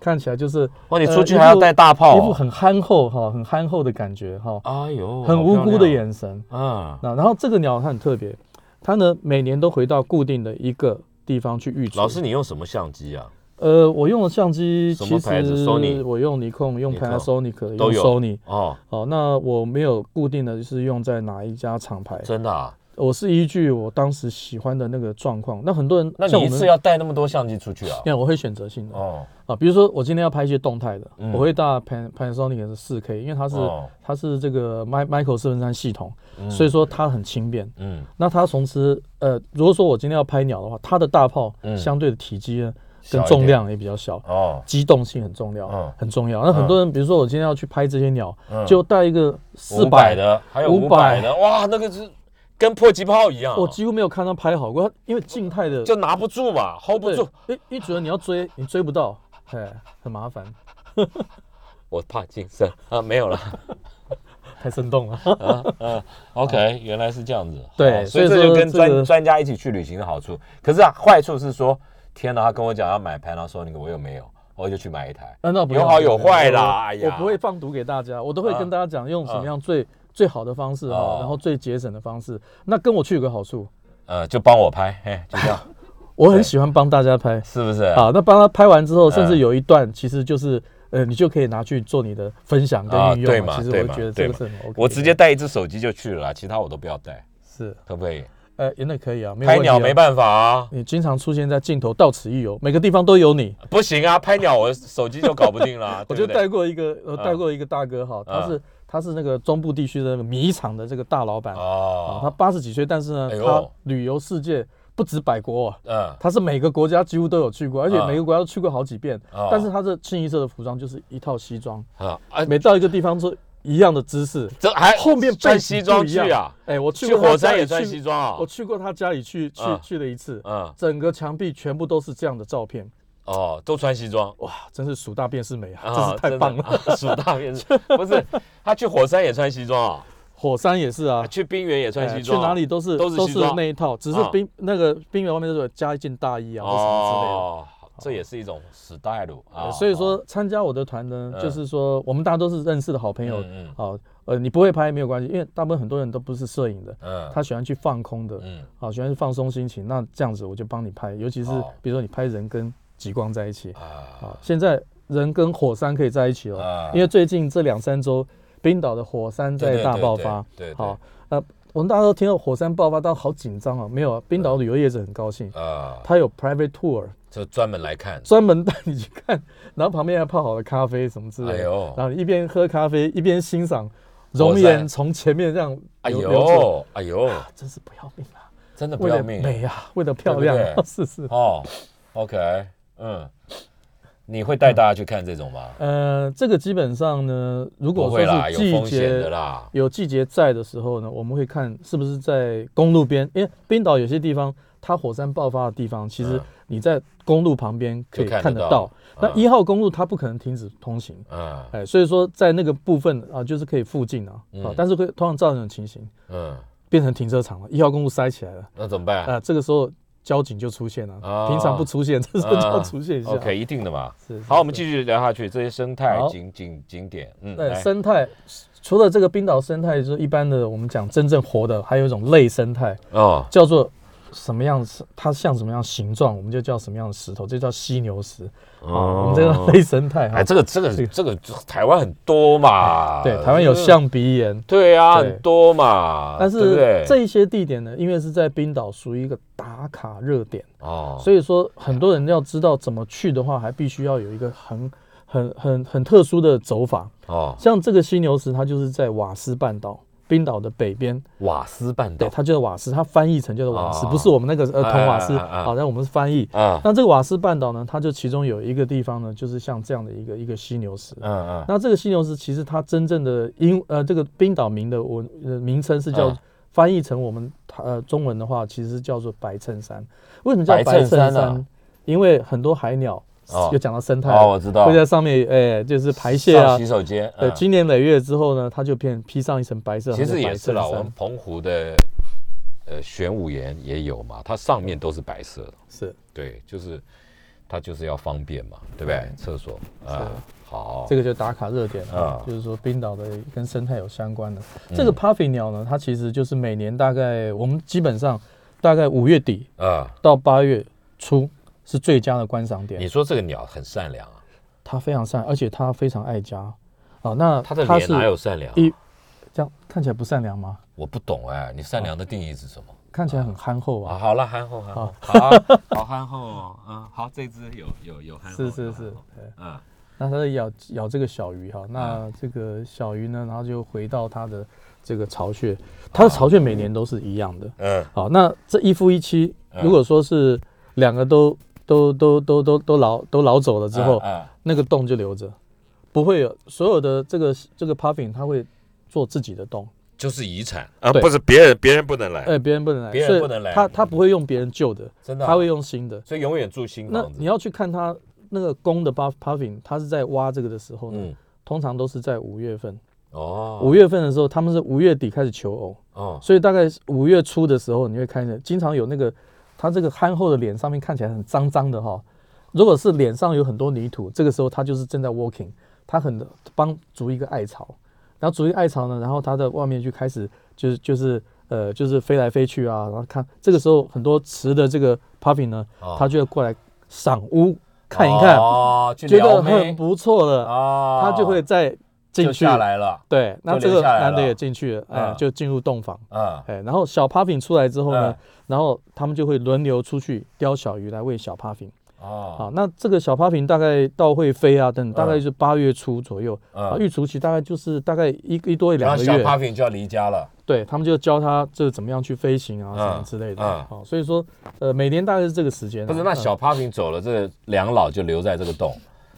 看起来就是
哇，你
呃
出去
一
还要
副
带大炮
一
哦
副很憨厚哈，很憨厚的感觉哈，
哎呦，
很无辜的
好
眼神。
漂亮。嗯，
那然后这个鸟它很特别，它呢每年都回到固定的一个地方去育雏。
老师，你用什么相机啊？
呃，我用的相机
什
其
么
实
牌子？Sony？
我用尼控，用 Panasonic，用
都有
Sony。
哦，
好，那我没有固定的是用在哪一家厂牌，
真的啊？
我是依据我当时喜欢的那个状况。那很多人，
那
像
你
我
一
们
次要带那么多相机出去啊？
那我会选择性的
哦，
啊，比如说我今天要拍一些动态的，
嗯
我会大 Pan Panasonic 的四 K，因为它是、
哦
它是这个 Mi Micro 四分三系统，所以说它很轻便。
嗯，
那它从此呃，如果说我今天要拍鸟的话，它的大炮
嗯
相对的体积呢
小
跟
一
重
点
量也比较小。
哦，
机动性很重要，
嗯
很重要。那很多人，比如说我今天要去拍这些鸟，
嗯
就带一个四
500，的，还有五百
500
的，哇，那个是跟迫击炮一样，
我几乎没有看它拍好过，它因为静态的
就拿不住嘛，hold 不住。，
对一一主人你要追，你追不到，哎，很麻烦，
我怕晋 升啊，没有了。
太生动了。
OK，原来是这样子。
对
好所以
所以
这就
说
跟
这
专
个
专家一起去旅行的好处。可是啊，坏处是说，天哪，他跟我讲要买 Panasonic，我又没有，我就去买一台。
啊，那不
有
用
好有坏啦
我
哎呀
我不会放毒给大家，我都会
啊
跟大家讲用什么样最最好的方式
哦
哈，然后最节省的方式。那跟我去有个好处，
呃，就帮我拍， 嘿，就这样，
我
对
很喜欢帮大家拍
是不是？
啊。那帮他拍完之后，甚
嗯
至有一段其实就是呃，你就可以拿去做你的分享
啊
跟运
对
用
嘛
其实
对
我
嘛
觉得
对
这个
嘛
是很 OK 的。
我直接带一只手机就去了啦，其他我都不要带，
是
可不可以？
呃，也那可以啊，没有
拍
问题
鸟
啊
没办法啊，
你经常出现在镜头，到此一游，每个地方都有你。
不行啊，拍鸟我手机就搞不定 了，
我
对
就
不对
带？过一个，呃，带过一个大哥哈，
啊
他是他是那个中部地区的那个米厂的这个大老板啊，他
哦，
八十几岁，但是呢
哎，呦
他旅游世界不止百国啊，
嗯，
他是每个国家几乎都有去过，而且
啊
每个国家都去过好几遍
啊。
但是他的清一色的服装就是一套西装，
好，啊，
每到一个地方都一样的姿势，
这还
后面
穿
背
西
景
装
不一样
去啊？
哎，我去
去
过他
火
家
山
里
也穿
去
西装啊
我？去过他家里去去
啊
去了一次，
嗯，
整个墙壁全部都是这样的照片，
哦，都穿西装。
哇，真是蜀大便是美啊，真
啊，
是太棒了。
了！数大便是不是？他去火山也穿西装啊，
火山也是啊
啊，去冰原也穿
哎
西
去
装啊，
哪里都是
都是西装
那一套，只是
啊
冰那个冰原外面都有加一件大衣啊或什么之类的。
哦，这也是一种 style 啊。
呃所以
啊，
说参加我的团呢，
嗯
就是说我们大家都是认识的好朋友
嗯嗯，
好，呃，你不会拍没有关系，因为大部分很多人都不是摄影的，
嗯，
他喜欢去放空的，
嗯
好，喜欢去放松心情，那这样子我就帮你拍，尤其是
哦
比如说你拍人跟极光在一起，
啊，
好，现在人跟火山可以在一起了，
啊
因为最近这两三周冰岛的火山
对
在
对
大
对
爆
对
发，
对对
好，呃，我们大家都听到火山爆发，大家好紧张啊，没有啊，冰岛旅游业者很高兴，
啊，
他有 private tour
就专门来看，
专门带你去看，然后旁边还泡好了咖啡什么之类
哎
的，
呦
然后你一边喝咖啡一边欣赏熔岩从前面这样流
哎
流出来，
呦，哎呦，
真是不要命啊！
真呃的不
为
要
了
命
美啊，为了漂亮
对不
啊，
对
是是。
哦。OK，嗯，你会带大家去看这种吗？
呃，这个基本上呢，如果
不
说
会啦，
是
有
季
风险
节
的啦。
有季节在的时候呢，我们会看是不是在公路边，因为冰岛有些地方它火山爆发的地方，其实
嗯
你在公路旁边可以
就看得
看得
到
到。
嗯
那一号公路它不可能停止通行，
嗯
哎，所以说在那个部分啊，就是可以附近啊，
嗯
啊，但是会通常造成一种情形，
嗯，
变成停车场了，一号公路塞起来了，
那怎么办
啊，这个时候交警就出现
哎哦嗯
了，平常不出现，这时候就要出现一下。
？OK，一定的嘛。
是是
好，我们
是
继续聊下去这些生态
好
景景景点，嗯，
对
来
生态，除了这个冰岛生态，就是一般的我们讲真正活的，还有一种类生态，
哦，
叫做什么样子，它像什么样形状，我们就叫什么样的石头，这叫犀牛石。啊
哦
我们这个类生态
哎，
啊，
这个这个
这个
这个台湾很多嘛，
哎对，台湾有
这个，
象鼻岩，
对啊，
对
很多嘛，
但
对不
是
对
这一些地点呢，因为是在冰岛，属于一个打卡热点，
哦，
所以说很多人要知道怎么去的话，还必须要有一个很很很很特殊的走法。
哦，
像这个犀牛石，它就是在瓦斯半岛。冰岛的北边，
瓦斯半
对，
岛
它叫瓦斯，它翻译成叫做瓦斯，
哦
不是我们那个呃铜瓦斯，
哎哎哎哎
好、但我们是翻译。
啊，
那这个瓦斯半岛呢，它就其中有一个地方呢，就是像这样的一个一个犀牛石。
嗯嗯，
那这个犀牛石其实它真正的英呃这个冰岛名的文呃名称是叫、
嗯
翻译成我们呃中文的话，其实叫做白衬衫。为什么叫
白
白
衬
衬
衫啊
衫？因为很多海鸟、
哦
又讲到生态了，
哦，我知道
会，在上面哎、就是排泄
上
啊
洗。手间，
对，
嗯
经年累月之后呢，它就变披上一层白色。
其
它
实
就
也
白
是
衬
啦，
衫
我们澎湖的呃玄武岩也有嘛，它上面都是白色的，
是
对，就是它就是要方便嘛，对不对？厕所啊，好，
这个就打卡热点
啊嗯
啊，就是说冰岛的跟生态有相关的。这个 puffy 鸟呢，它其实就是每年大概我们基本上大概五月底
啊
到八月初是最佳的观赏
你
点。
说这个鸟很善良啊，
它非常善，而且它非常爱家啊。那
它的
它
脸
是
哪有善良啊、
一这样看起来不善良吗？
我不懂哎，你善良的定义是什么？
看起来很憨厚
啊，
啊。
好了，憨厚憨厚
啊，
好啊， 好憨厚哦，嗯，好，这只有有有憨厚，
是是
有憨
是
厚，
对
嗯，
那它在咬咬这个小鱼哈，
啊
那这个小鱼呢，然后就回到它的这个巢
啊
穴，它的巢穴每年都是一样的。
嗯
好，那这一夫一妻，如果说是两个都都都都都都老都老走了之后，
嗯
那个洞就留着，不会有所有的这个这个 puffin 它会做自己的洞，
就是遗产，
啊，
对
不是别人，别人不能来。
哎，别人不能来，
嗯别人
所以
不能来
它它不会用别人旧的，
真的啊，
它会用新的。
所以永远住新
那
房子。
你要去看它那个公的 buff puffin，它是在挖这个的时候呢，
嗯
通常都是在五月份，
哦，
五月份的时候，他们是五月底开始求偶，
哦，
所以大概五月初的时候，你会看见经常有那个它这个憨厚的脸上面看起来很脏脏的哈。如果是脸上有很多泥土，这个时候它就是正在 walking，它很帮筑一个艾巢，然后筑一个艾巢呢，然后它在外面就开始就是就是呃就是飞来飞去啊，然后看这个时候很多雌的这个 puppy 呢，
哦
它就会过来赏屋看一看，
哦，去
觉
撩
得
妹
很不错了，
哦，
它就会再进
就
去
下。来了，
对，那这
留
个
下来
男的
了
也进去了，哎
嗯，
就进入洞房。
嗯，
哎，然后小 puffin 出来之后呢，
嗯
然后他们就会轮流出去叼小鱼来喂小 puffin。
哦，
啊，那这个小 puffin 大概到会飞啊，等大概是八月初左右、
嗯
啊，育雏期大概就是大概一一多
然
两
后
个
小
月，
Puffin 就要离家了，
对他们就教它这怎么样去飞行啊，
嗯
什么之类的。啊
嗯
所以说呃，每年大概是这个时间啊、
不是？那
嗯
小 Puffin 走了，这个梁老就留在这个洞，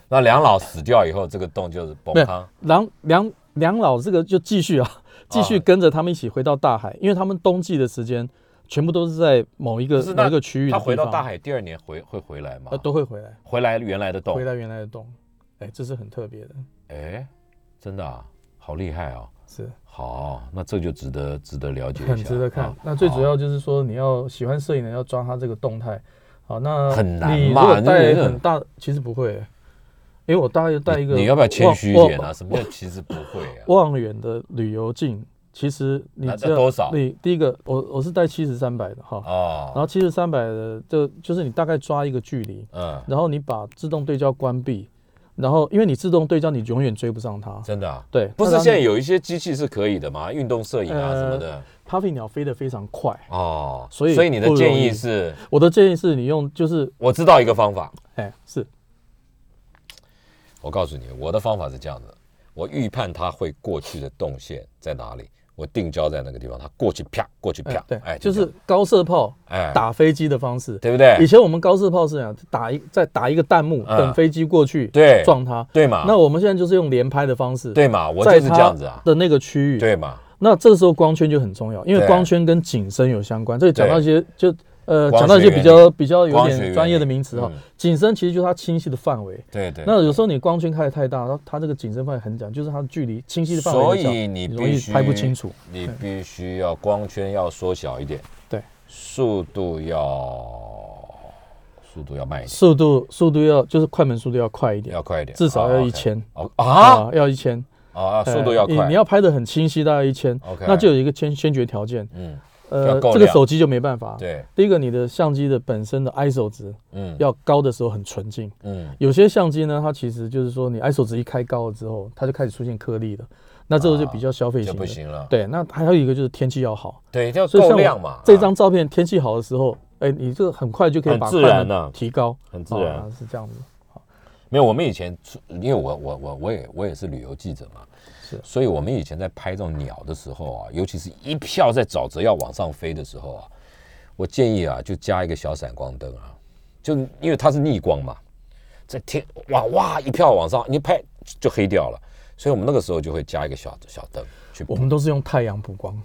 那梁老死掉以后，这个洞就是崩
没有
康，
梁梁梁老这个就继续
哦
啊，继续跟着他们一起回到大海，因为他们冬季的时间全部都是在某一个
不是那
某一个区域的
他
地
回到
方
大，海第二年回会回来吗
呃，？都会回来。
回来原来的洞
回，到原来的洞。哎，这是很特别的，
哎，真的啊，好厉害哦。
是
好，那这就值得值得了解一下，
很值得看
啊。
那最主要就是说，你要喜欢摄影的要抓它这个动态。好，那
很难
你如
嘛
果
那
带
个
很大，其实不会，因为我大概带一个
你要不要谦虚一
望
点啊？？什么叫其实不会啊？
望望远的旅游镜，其实你
那
只要
多少
你第一个，我我是带七十三百的哈，然
哦，
后七十三百的就就是你大概抓一个距离，
嗯，
然后你把自动对焦关闭，然后因为你自动对焦，你永远追不上它。
真的啊，
对，
不是
那
现在有一些机器是可以的吗？运动摄影啊
呃
什么的，
咖啡鸟飞得非常快。
哦，
所以
所以你的
不容
建
易
议是，
我的建议是你用，就是
我知道一个方法，
哎，是
我告诉你，我的方法是这样的，我预判它会过去的动线在哪里，我定焦在那个地方，它过去啪，过去
哎
啪，
对，
哎，
就是
这样
高射炮
哎
打飞机的方式。
对不对
以？前我们高射炮是这样，打一再打一个弹幕，
嗯
等飞机过去
对
撞它。
对嘛？
那我们现在就是用连拍的方式，
对嘛？我就
在
是这
它
样子啊，
的那个区域。
对嘛？
那这个时候光圈就很重要，因为
对
光圈跟景深有相关。这里讲到一些就呃
光学
讲到一些比较比较有
光学原
点
理
专业的名词哈
嗯。
景深其实就是它清晰的范围。
对对。
那有时候你光圈开的太大，它它这个景深范围很窄，就是它的距离清晰的范围
所
很小
以你
容
必
易
须
拍不清楚。，
你必须要光圈要缩小一点，
对，
速度要速度要慢一点，
速度速度要就是快门速度要快一点，
要快一点，
至少
啊
要
，OK
1000
哦啊
要一千，
啊，速度
呃
要
你
快，
你要拍的很清晰，大概一千
OK
那就有一个先先决条件，
嗯要
呃，
够
这个
亮
手机就没办法。，
对
第一个你的相机的本身的 ISO 值
嗯
要高的时候很纯净，
嗯
有些相机呢，它其实就是说你 ISO 值一开高了之后，它就开始出现颗粒了，那这个就比较消费
就
型
啊不
的。
行了，
对，那还有一个就是天气要好，
对要
所以像
够
我
亮嘛，
这
啊
张照片天气好的时候，哎，你这个很快就可以
很
把
自
快
然
门
啊
提高，
很自然
啊是这样子。
没有，我们以前出因为我我我我也我也是旅游记者嘛，
是
所以我们以前在拍这种鸟的时候啊，尤其是一票在沼泽要往上飞的时候啊，我建议啊，就加一个小闪光灯啊，就因为它是逆光嘛，在天哇哇一票往上，你拍就黑掉了，所以我们那个时候就会加一个小小灯去补
我们都是用太阳补光，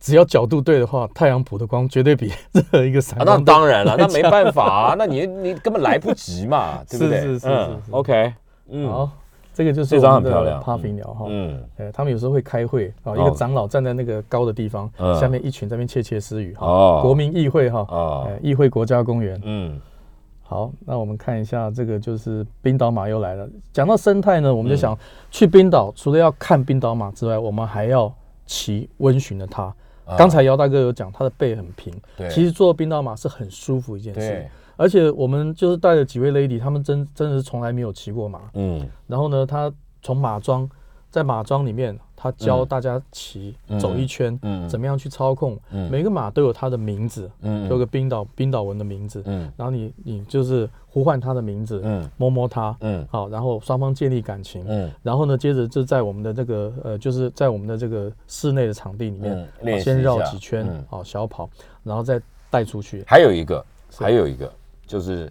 只要角度对的话，太阳补的光绝对比任何一个闪
啊，那
光灯。
当然了，那没 办法啊，那你你根本来不及嘛，对不对？
是是是
嗯
是是
OK，嗯
好，这个就是
这张很漂亮
帕菲鸟哈。
嗯，哦
呃，他们有时候会开会啊，一个长老站在那个高的地方，
嗯
下面一群在那边窃窃私语
哦
哈。国民议会哈，
哦
呃，议会国家公园。
嗯
好，那我们看一下这个就是冰岛马又来了。讲到生态呢，
嗯
我们就想去冰岛，除了要看冰岛马之外，我们还要骑温驯的它。刚才姚大哥有讲，它的背很平
啊对，
其实坐冰岛马是很舒服一件事
对。
而且我们就是带了几位 lady，他们真真的是从来没有骑过马。
嗯
然后呢，他从马庄，在马庄里面，他教
嗯
大家骑、
嗯
走一圈，
嗯
怎么样去操控。
嗯
每个马都有它的名字，
嗯
都有个冰岛冰岛文的名字。
嗯
然后你你就是呼唤它的名字，
嗯
摸摸它，
嗯
好，然后双方建立感情。
嗯
然后呢，接着就在我们的这个呃，就是在我们的这个室内的场地里面，
嗯
啊
练习一
先绕
下
几圈，
嗯
好小跑，然后再带出去。
还有一个，
是
还有一个就是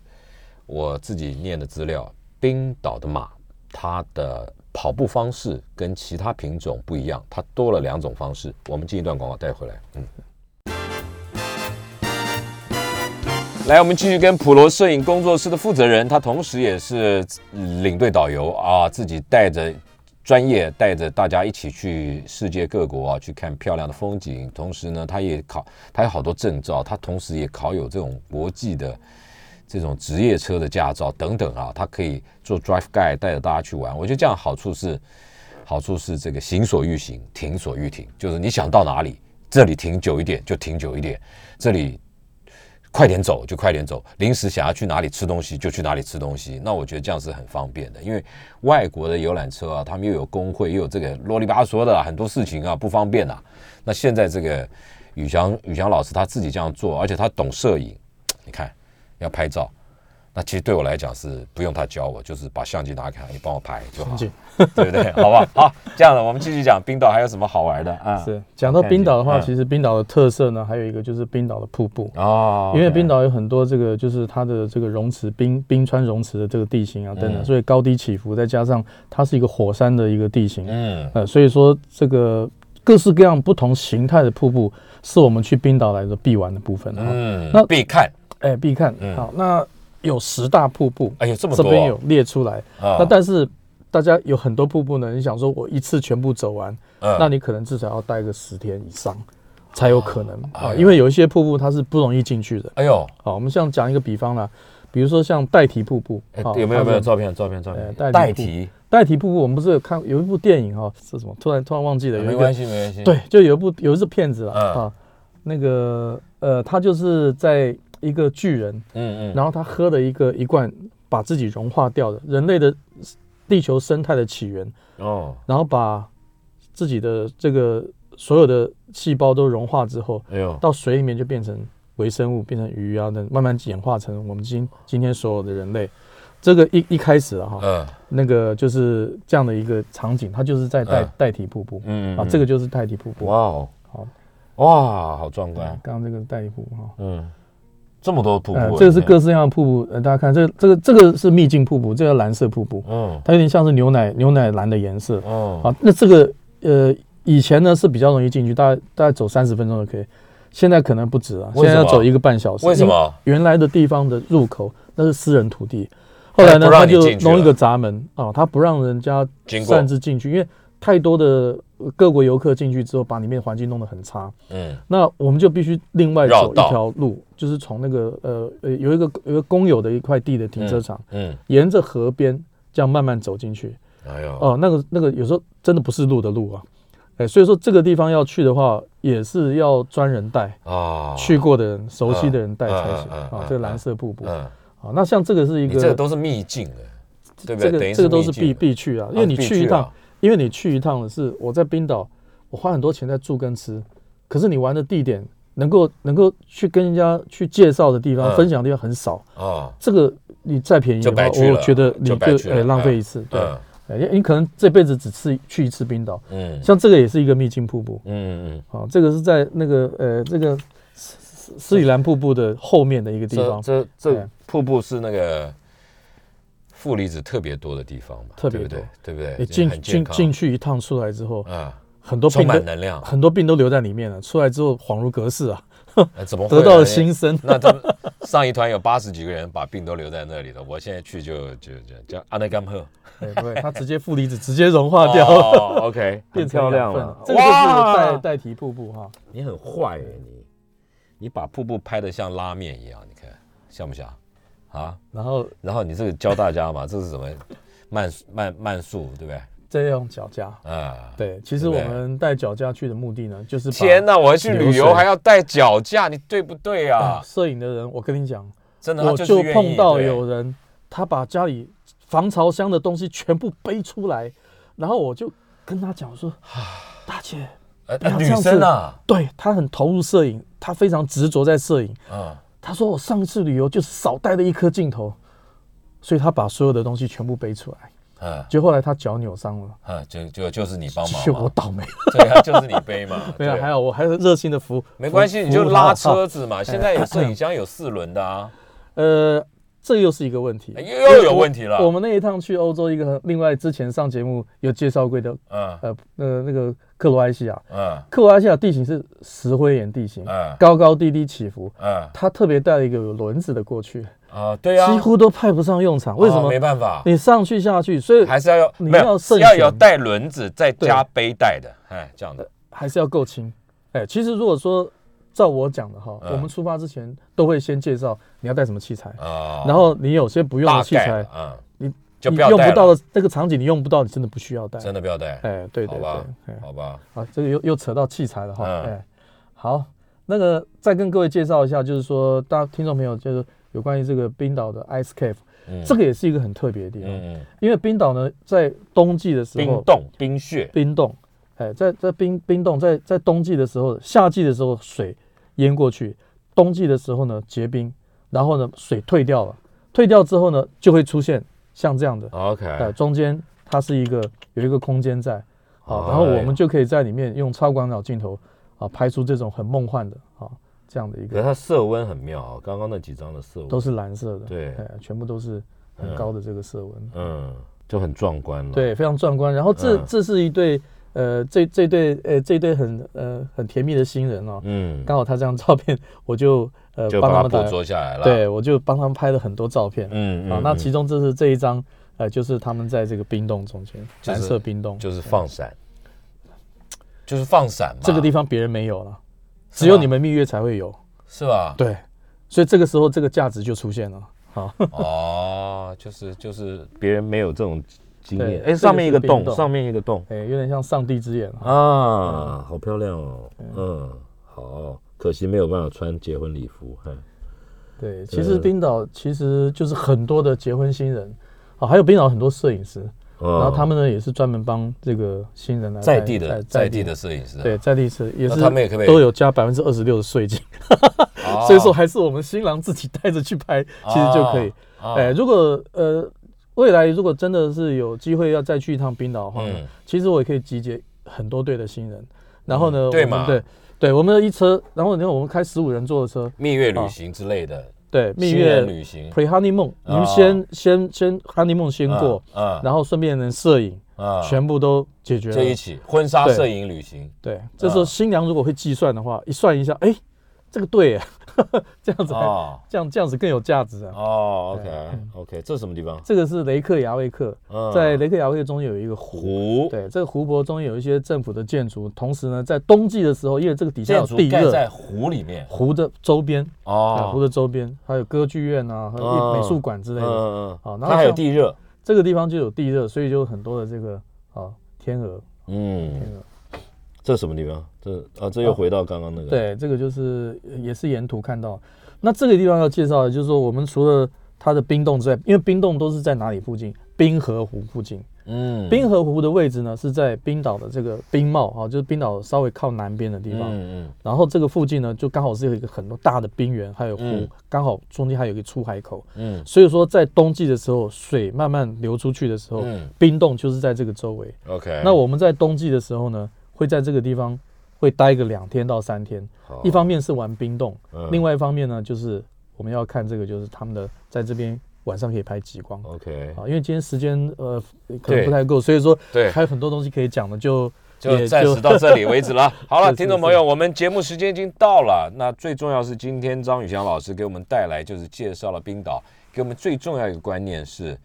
我自己念的资料，冰岛的马，它的跑步方式跟其他品种不一样，它多了两种方式。我们进一段广告带回来。嗯。来，我们继续跟普罗摄影工作室的负责人，他同时也是领队导游啊，自己带着专业带着大家一起去世界各国啊，去看漂亮的风景。同时呢，他也考，他有好多证照，他同时也考有这种国际的这种职业车的驾照等等啊，他可以做 drive guide 带着大家去玩。我觉得这样好处是，好处是这个行所欲行，停所欲停，就是你想到哪里，这里停久一点就停久一点，这里快点走就快点走，临时想要去哪里吃东西就去哪里吃东西。那我觉得这样是很方便的，因为外国的游览车啊，他们又有工会，又有这个啰里吧嗦的啊很多事情啊，不方便啊。那现在这个宇翔宇翔老师他自己这样做，而且他懂摄影，你看要拍照。那其实对我来讲是不用他教我，就是把相机拿开，你帮我拍就好
相，机
对不对？好不好？好，这样的我们继续讲冰岛还有什么好玩的啊？
是讲到冰岛的话，
嗯
其实冰岛的特色呢，还有一个就是冰岛的瀑布。
哦，
因为
OK
冰岛有很多这个，就是它的这个溶池冰冰川溶池的这个地形啊等
嗯
等，所以高低起伏，再加上它是一个火山的一个地形，
嗯
呃，所以说这个各式各样不同形态的瀑布是我们去冰岛来的必玩的部分啊。
嗯，
那
必看，
哎，必看
嗯。
好，那有十大瀑布，
哎呦这么
这
多，
边有列出来。
啊，
那但是大家有很多瀑布呢，你想说我一次全部走完，
嗯
那你可能至少要待个十天以上才有可能
哎
啊，
呀
因为有一些瀑布它是不容易进去的。
哎呦，
好，我们像讲一个比方啦，比如说像代提瀑布，
哎
好
有没有
它
没有
的
照片？照片照片，
呃
代
代
替
替，代提瀑布，我们不是有看有一部电影哈，是什么？突然突然忘记了，有
没
一个
关系没关系，
对，，就有一部有一部片子了
嗯
啊，那个呃，他就是在一个巨人，
嗯嗯，
然后他喝了一个一罐把自己融化掉的人类的地球生态的起源，
哦，
然后把自己的这个所有的细胞都融化之后，
哎呦，
到水里面就变成微生物，变成鱼啊等，慢慢演化成我们今今天所有的人类。这个一一开始啊哈，
嗯
那个就是这样的一个场景，它就是在代
嗯
代替瀑布
嗯
啊，这个就是代替瀑布。
哇哦，
好，
哇，好壮
对
观，
刚刚这个是代替瀑布哈。
嗯，这么多瀑
呃，
布，啊
这个是各，式各样的瀑布，呃，大家看这个这个这个是秘境瀑布，这个蓝色瀑布，
嗯
它有点像是牛奶牛奶蓝的颜色
嗯，
啊。那这个呃，以前呢是比较容易进去，大概大概走三十分钟就可以，现在可能不止了，啊
为什
现
么
在要走一个半小时。
为什
因
么？
原来的地方的入口那是私人土地，后来呢
不让
他
你
就
进去
弄一
了
个闸门啊，他不让人家
经过
擅自进去，因为太多的呃各国游客进去之后，把里面环境弄得很差。
嗯
那我们就必须另外
绕
走一
道
条路，就是从那个呃呃有一个有一个公有的一块地的停车场，
嗯，
沿着河边这样慢慢走进去。
哎呦，
哦、那个那个有时候真的不是路的路啊，哎，所以说这个地方要去的话，也是要专人带，
啊，
去，过的人、熟悉的人带才行
嗯嗯嗯
啊
嗯。
这个蓝色瀑布啊，
嗯，
那像这个是一
你这个
个
都是秘境的，对不对？
这
等
个
于
这个都
秘
是
境
必
的
必去啊，因
啊
为你
必
去一
去
趟
啊，
因为你去一趟的是我在冰岛，我花很多钱在住跟吃，可是你玩的地点能够能够去跟人家去介绍的地
嗯
方、分享的地方很少，
啊，
这个你再便宜
就
的
白，
话
去了
我觉得你
就白去
就哎
了
浪
嗯
费一次，对，
嗯
哎因为你可能这辈子只吃去一次冰岛，
嗯
像这个也是一个秘境瀑布
嗯嗯，
啊，这个是在那个呃这个斯斯斯里兰瀑布的后面的一个地
这
方。
这这
对
瀑布是那个负离子特别多的地方嘛，
特别
对不对？对不对？
你进
很健
进
康
进去一趟出来之后，
啊，
很多
充
病
满
都
能量，
很多病都留在里面了，出来之后恍如隔世啊，
呃怎么会
得到
呢
了新？生。
那他们上一团有八十几个人把病都留在那里了，我现在去就就就叫阿内甘赫
对哎不会，它直接负离子直接融化掉了，
哦，OK，
变
很
成
漂亮
养分
了
了。，这个就是代代替瀑布哈。
你很坏耶你，你把瀑布拍的像拉面一样，你看像不像啊？
然后
然后你这个教大家嘛，这是什么慢慢慢速，对不对？
再用脚架。
啊，。
对，其实我们带脚架去的目的呢，就是 把
天呐，我去
流
旅游
水
还要带脚架，你对不对啊
啊！？摄影的人，我跟你讲，
真的，他
哎我
就是愿意
碰到
对
有人他把家里防潮箱的东西全部背出来，然后我就跟他讲 说：“大姐，
呃
不要
女
这样
生
子
啊，
对他很投入摄影，他非常执着在摄影。
嗯，
他说我上一次旅游就是少带了一颗镜头，所以他把所有的东西全部背出来。
嗯
结果后来他脚扭伤了，
嗯，就就就是你帮
就
忙
我
嘛，
倒霉了。
对啊，就是你背 嘛，
没有，
对
啊还好我还是热心的服务。
没关系，
服
你就
服务哎
拉
他
车。子嘛，现在有摄影箱有四轮的啊，
呃，这又是一个问题
哎，又又有
我
问题了，
我们那一趟去欧洲，一个很另外之前上节目有介绍过的，
嗯
呃呃那个克罗埃西亚，
嗯
克罗埃西亚地形是石灰岩地形，
嗯
高高低低起伏。
嗯
他特别带了一个有轮子的过去，
啊，对啊，
几乎都派不上用场。为什
啊
么？
没办法，
你上去下去，所以
还是要有
你
没
要
有
慎
要有
选
带轮子再加背带的，哎，这样的，
还是要够轻。哎，其实如果说照我讲的哈，
嗯
我们出发之前都会先介绍你要带什么器材，
啊，
然后你有些不用
大
的器
概
材，
嗯，
你
就
你
不要
用
带
不
了
到的那个场景，你用不到，你真的不需要带。
真的不要带，
哎，对对
好
对
吧，
哎，
好吧，
好，这个又又扯到器材了哈。
嗯
哎，好，那个再跟各位介绍一下，就是说，大家听众朋友就是有关于这个冰岛的 ice cave，、
嗯
这个也是一个很特别的地方，
嗯嗯，
因为冰岛呢在冬季的时候
冰冻冰穴，
冰冻，哎，在在冰冰冻，在在冬季的时候，夏季的时候水淹过去，冬季的时候呢结冰，然后呢水退掉了，退掉之后呢就会出现像这样的，
OK，
呃，中间它是一个有一个空间在，
哎
好，然后我们就可以在里面用超广角镜头啊拍出这种很梦幻的啊这样的一
可是
个，
它色温很妙啊，刚刚那几张的色温
都是蓝色的，
对
哎，全部都是很高的这个色温。
嗯，就很壮观了。，
对，非常壮观。然后这、
嗯
这是一对呃，这这对呃，这对很呃很甜蜜的新人哦。
嗯，
刚好他这张照片，我就呃
就
帮
把它
他们
捕
打，
捉下来了。
对我就帮他们拍了很多照片。
嗯，嗯
啊，那其
嗯
中这是这一张，呃，就是他们在这个冰洞中间，
就是
蓝色冰洞，
嗯就是放闪，就是放闪嘛，
这个地方别人没有了，只有你们蜜月才会有。
是吧？
对，所以这个时候这个价值就出现了。好，
哦，就是就是别人没有这种经
对
验。
这
哎，
个
上面一个
是
洞
冰，洞
上面一个洞
哎，有点像上帝之眼啊。
啊，好漂亮哦。嗯，好，可惜没有办法穿结婚礼服。嘿
对，其实冰岛其实就是很多的结婚新人，啊，还有冰岛很多摄影师，
嗯
然后他们呢也是专门帮这个新人来
在地的在
在
地的摄影师啊，
对在地是也
那
是
他们也可不可以
都有加百分之二十六的税金，
哦，
所以说还是我们新郎自己带着去拍，其实就可以。
哦
哎，如果呃未来如果真的是有机会要再去一趟冰岛的话呢
嗯，
其实我也可以集结很多队的新人，然后呢，
嗯对
我们
嘛
对对，我们的一车，然后你看我们开十五人座的车，
蜜月旅行之类的，
对，蜜
新
月
人旅行
pre honeymoon，你们
啊
先先先 honeymoon 先过，
嗯
然后顺便能摄影，
啊
全部都解决
就一
了。
起婚纱
对
摄影旅行。
对，这时候新娘如果会计算的话，一算一下，哎，这个对耶， 这样子还，
哦
这样这样子更有价值啊。
哦，OK OK，这是什么地方？
这个是雷克雅未克，
嗯
在雷克雅未克中间有一个湖。
湖
对，这个湖泊中有一些政府的建筑，同时呢，在冬季的时候，因为这个底下
建
有
筑
地
盖
热，
在湖里面
湖的周边，啊，
哦，
湖的周边还有歌剧院啊，还有
嗯
美术馆之类的，
嗯
好然后
它还有
像
地热，
这个地方就有地热，所以就有很多的这个啊天鹅。
嗯，这什么地方？这啊，这又回到刚刚那个，，
对，这个就是呃也是沿途看到。那这个地方要介绍的就是说，我们除了它的冰洞之外，因为冰洞都是在哪里附近？冰河湖附近。
嗯，
冰河湖的位置呢是在冰岛的这个冰帽啊，就是冰岛稍微靠南边的地方。
嗯嗯
然后这个附近呢，就刚好是有一个很多大的冰原，还有湖，
嗯
刚好中间还有一个出海口。
嗯
所以说，在冬季的时候，水慢慢流出去的时候，
嗯哎
冰洞就是在这个周围。
，OK，
那我们在冬季的时候呢，会在这个地方会待个两天到三天。
好
一方面是玩冰洞，
嗯
另外一方面呢，就是我们要看这个，就是他们的在这边晚上可以拍极光
OK，
啊。因为今天时间呃可
哦对
能不太够，所以说
对
还有很多东西可以讲的，就
就
也
暂时到这里为止了。 好了，
是是
听众朋友，我们节目时间已经到了。那最重要是今天张宇翔老师给我们带来就是介绍了冰岛，给我们最重要一个观念是，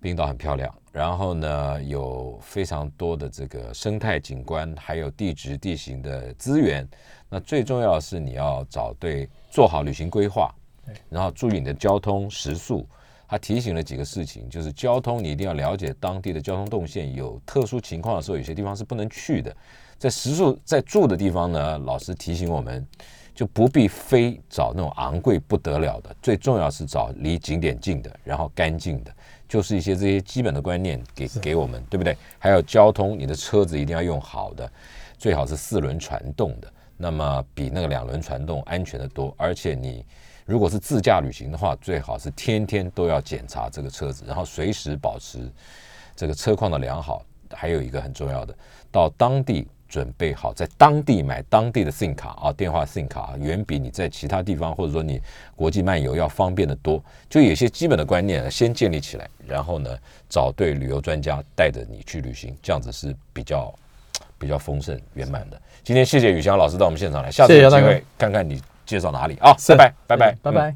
冰岛很漂亮，然后呢有非常多的这个生态景观，还有地质地形的资源。那最重要的是你要找对，做好旅行规划，然后注意你的交通时速，他提醒了几个事情，就是交通你一定要了解当地的交通动线，有特殊情况的时候，有些地方是不能去的。在食宿在住的地方呢，老师提醒我们，就不必非找那种昂贵不得了的，最重要是找离景点近的，然后干净的，就是一些这些基本的观念给给我们，对不对？还有交通，你的车子一定要用好的，最好是四轮传动的，那么比那个两轮传动安全的多，而且你。如果是自驾旅行的话，最好是天天都要检查这个车子，然后随时保持这个车况的良好。还有一个很重要的，到当地准备好，在当地买当地的 SIM 卡啊，电话 SIM 卡，远比你在其他地方或者说你国际漫游要方便的多。就有些基本的观念先建立起来，然后呢，找对旅游专家带着你去旅行，这样子是比较比较丰盛圆满的。今天谢谢宇翔老师到我们现场来，下次
谢谢
有机
大哥
会看看你介绍哪里啊？
是
拜拜，拜拜，
拜
嗯
拜。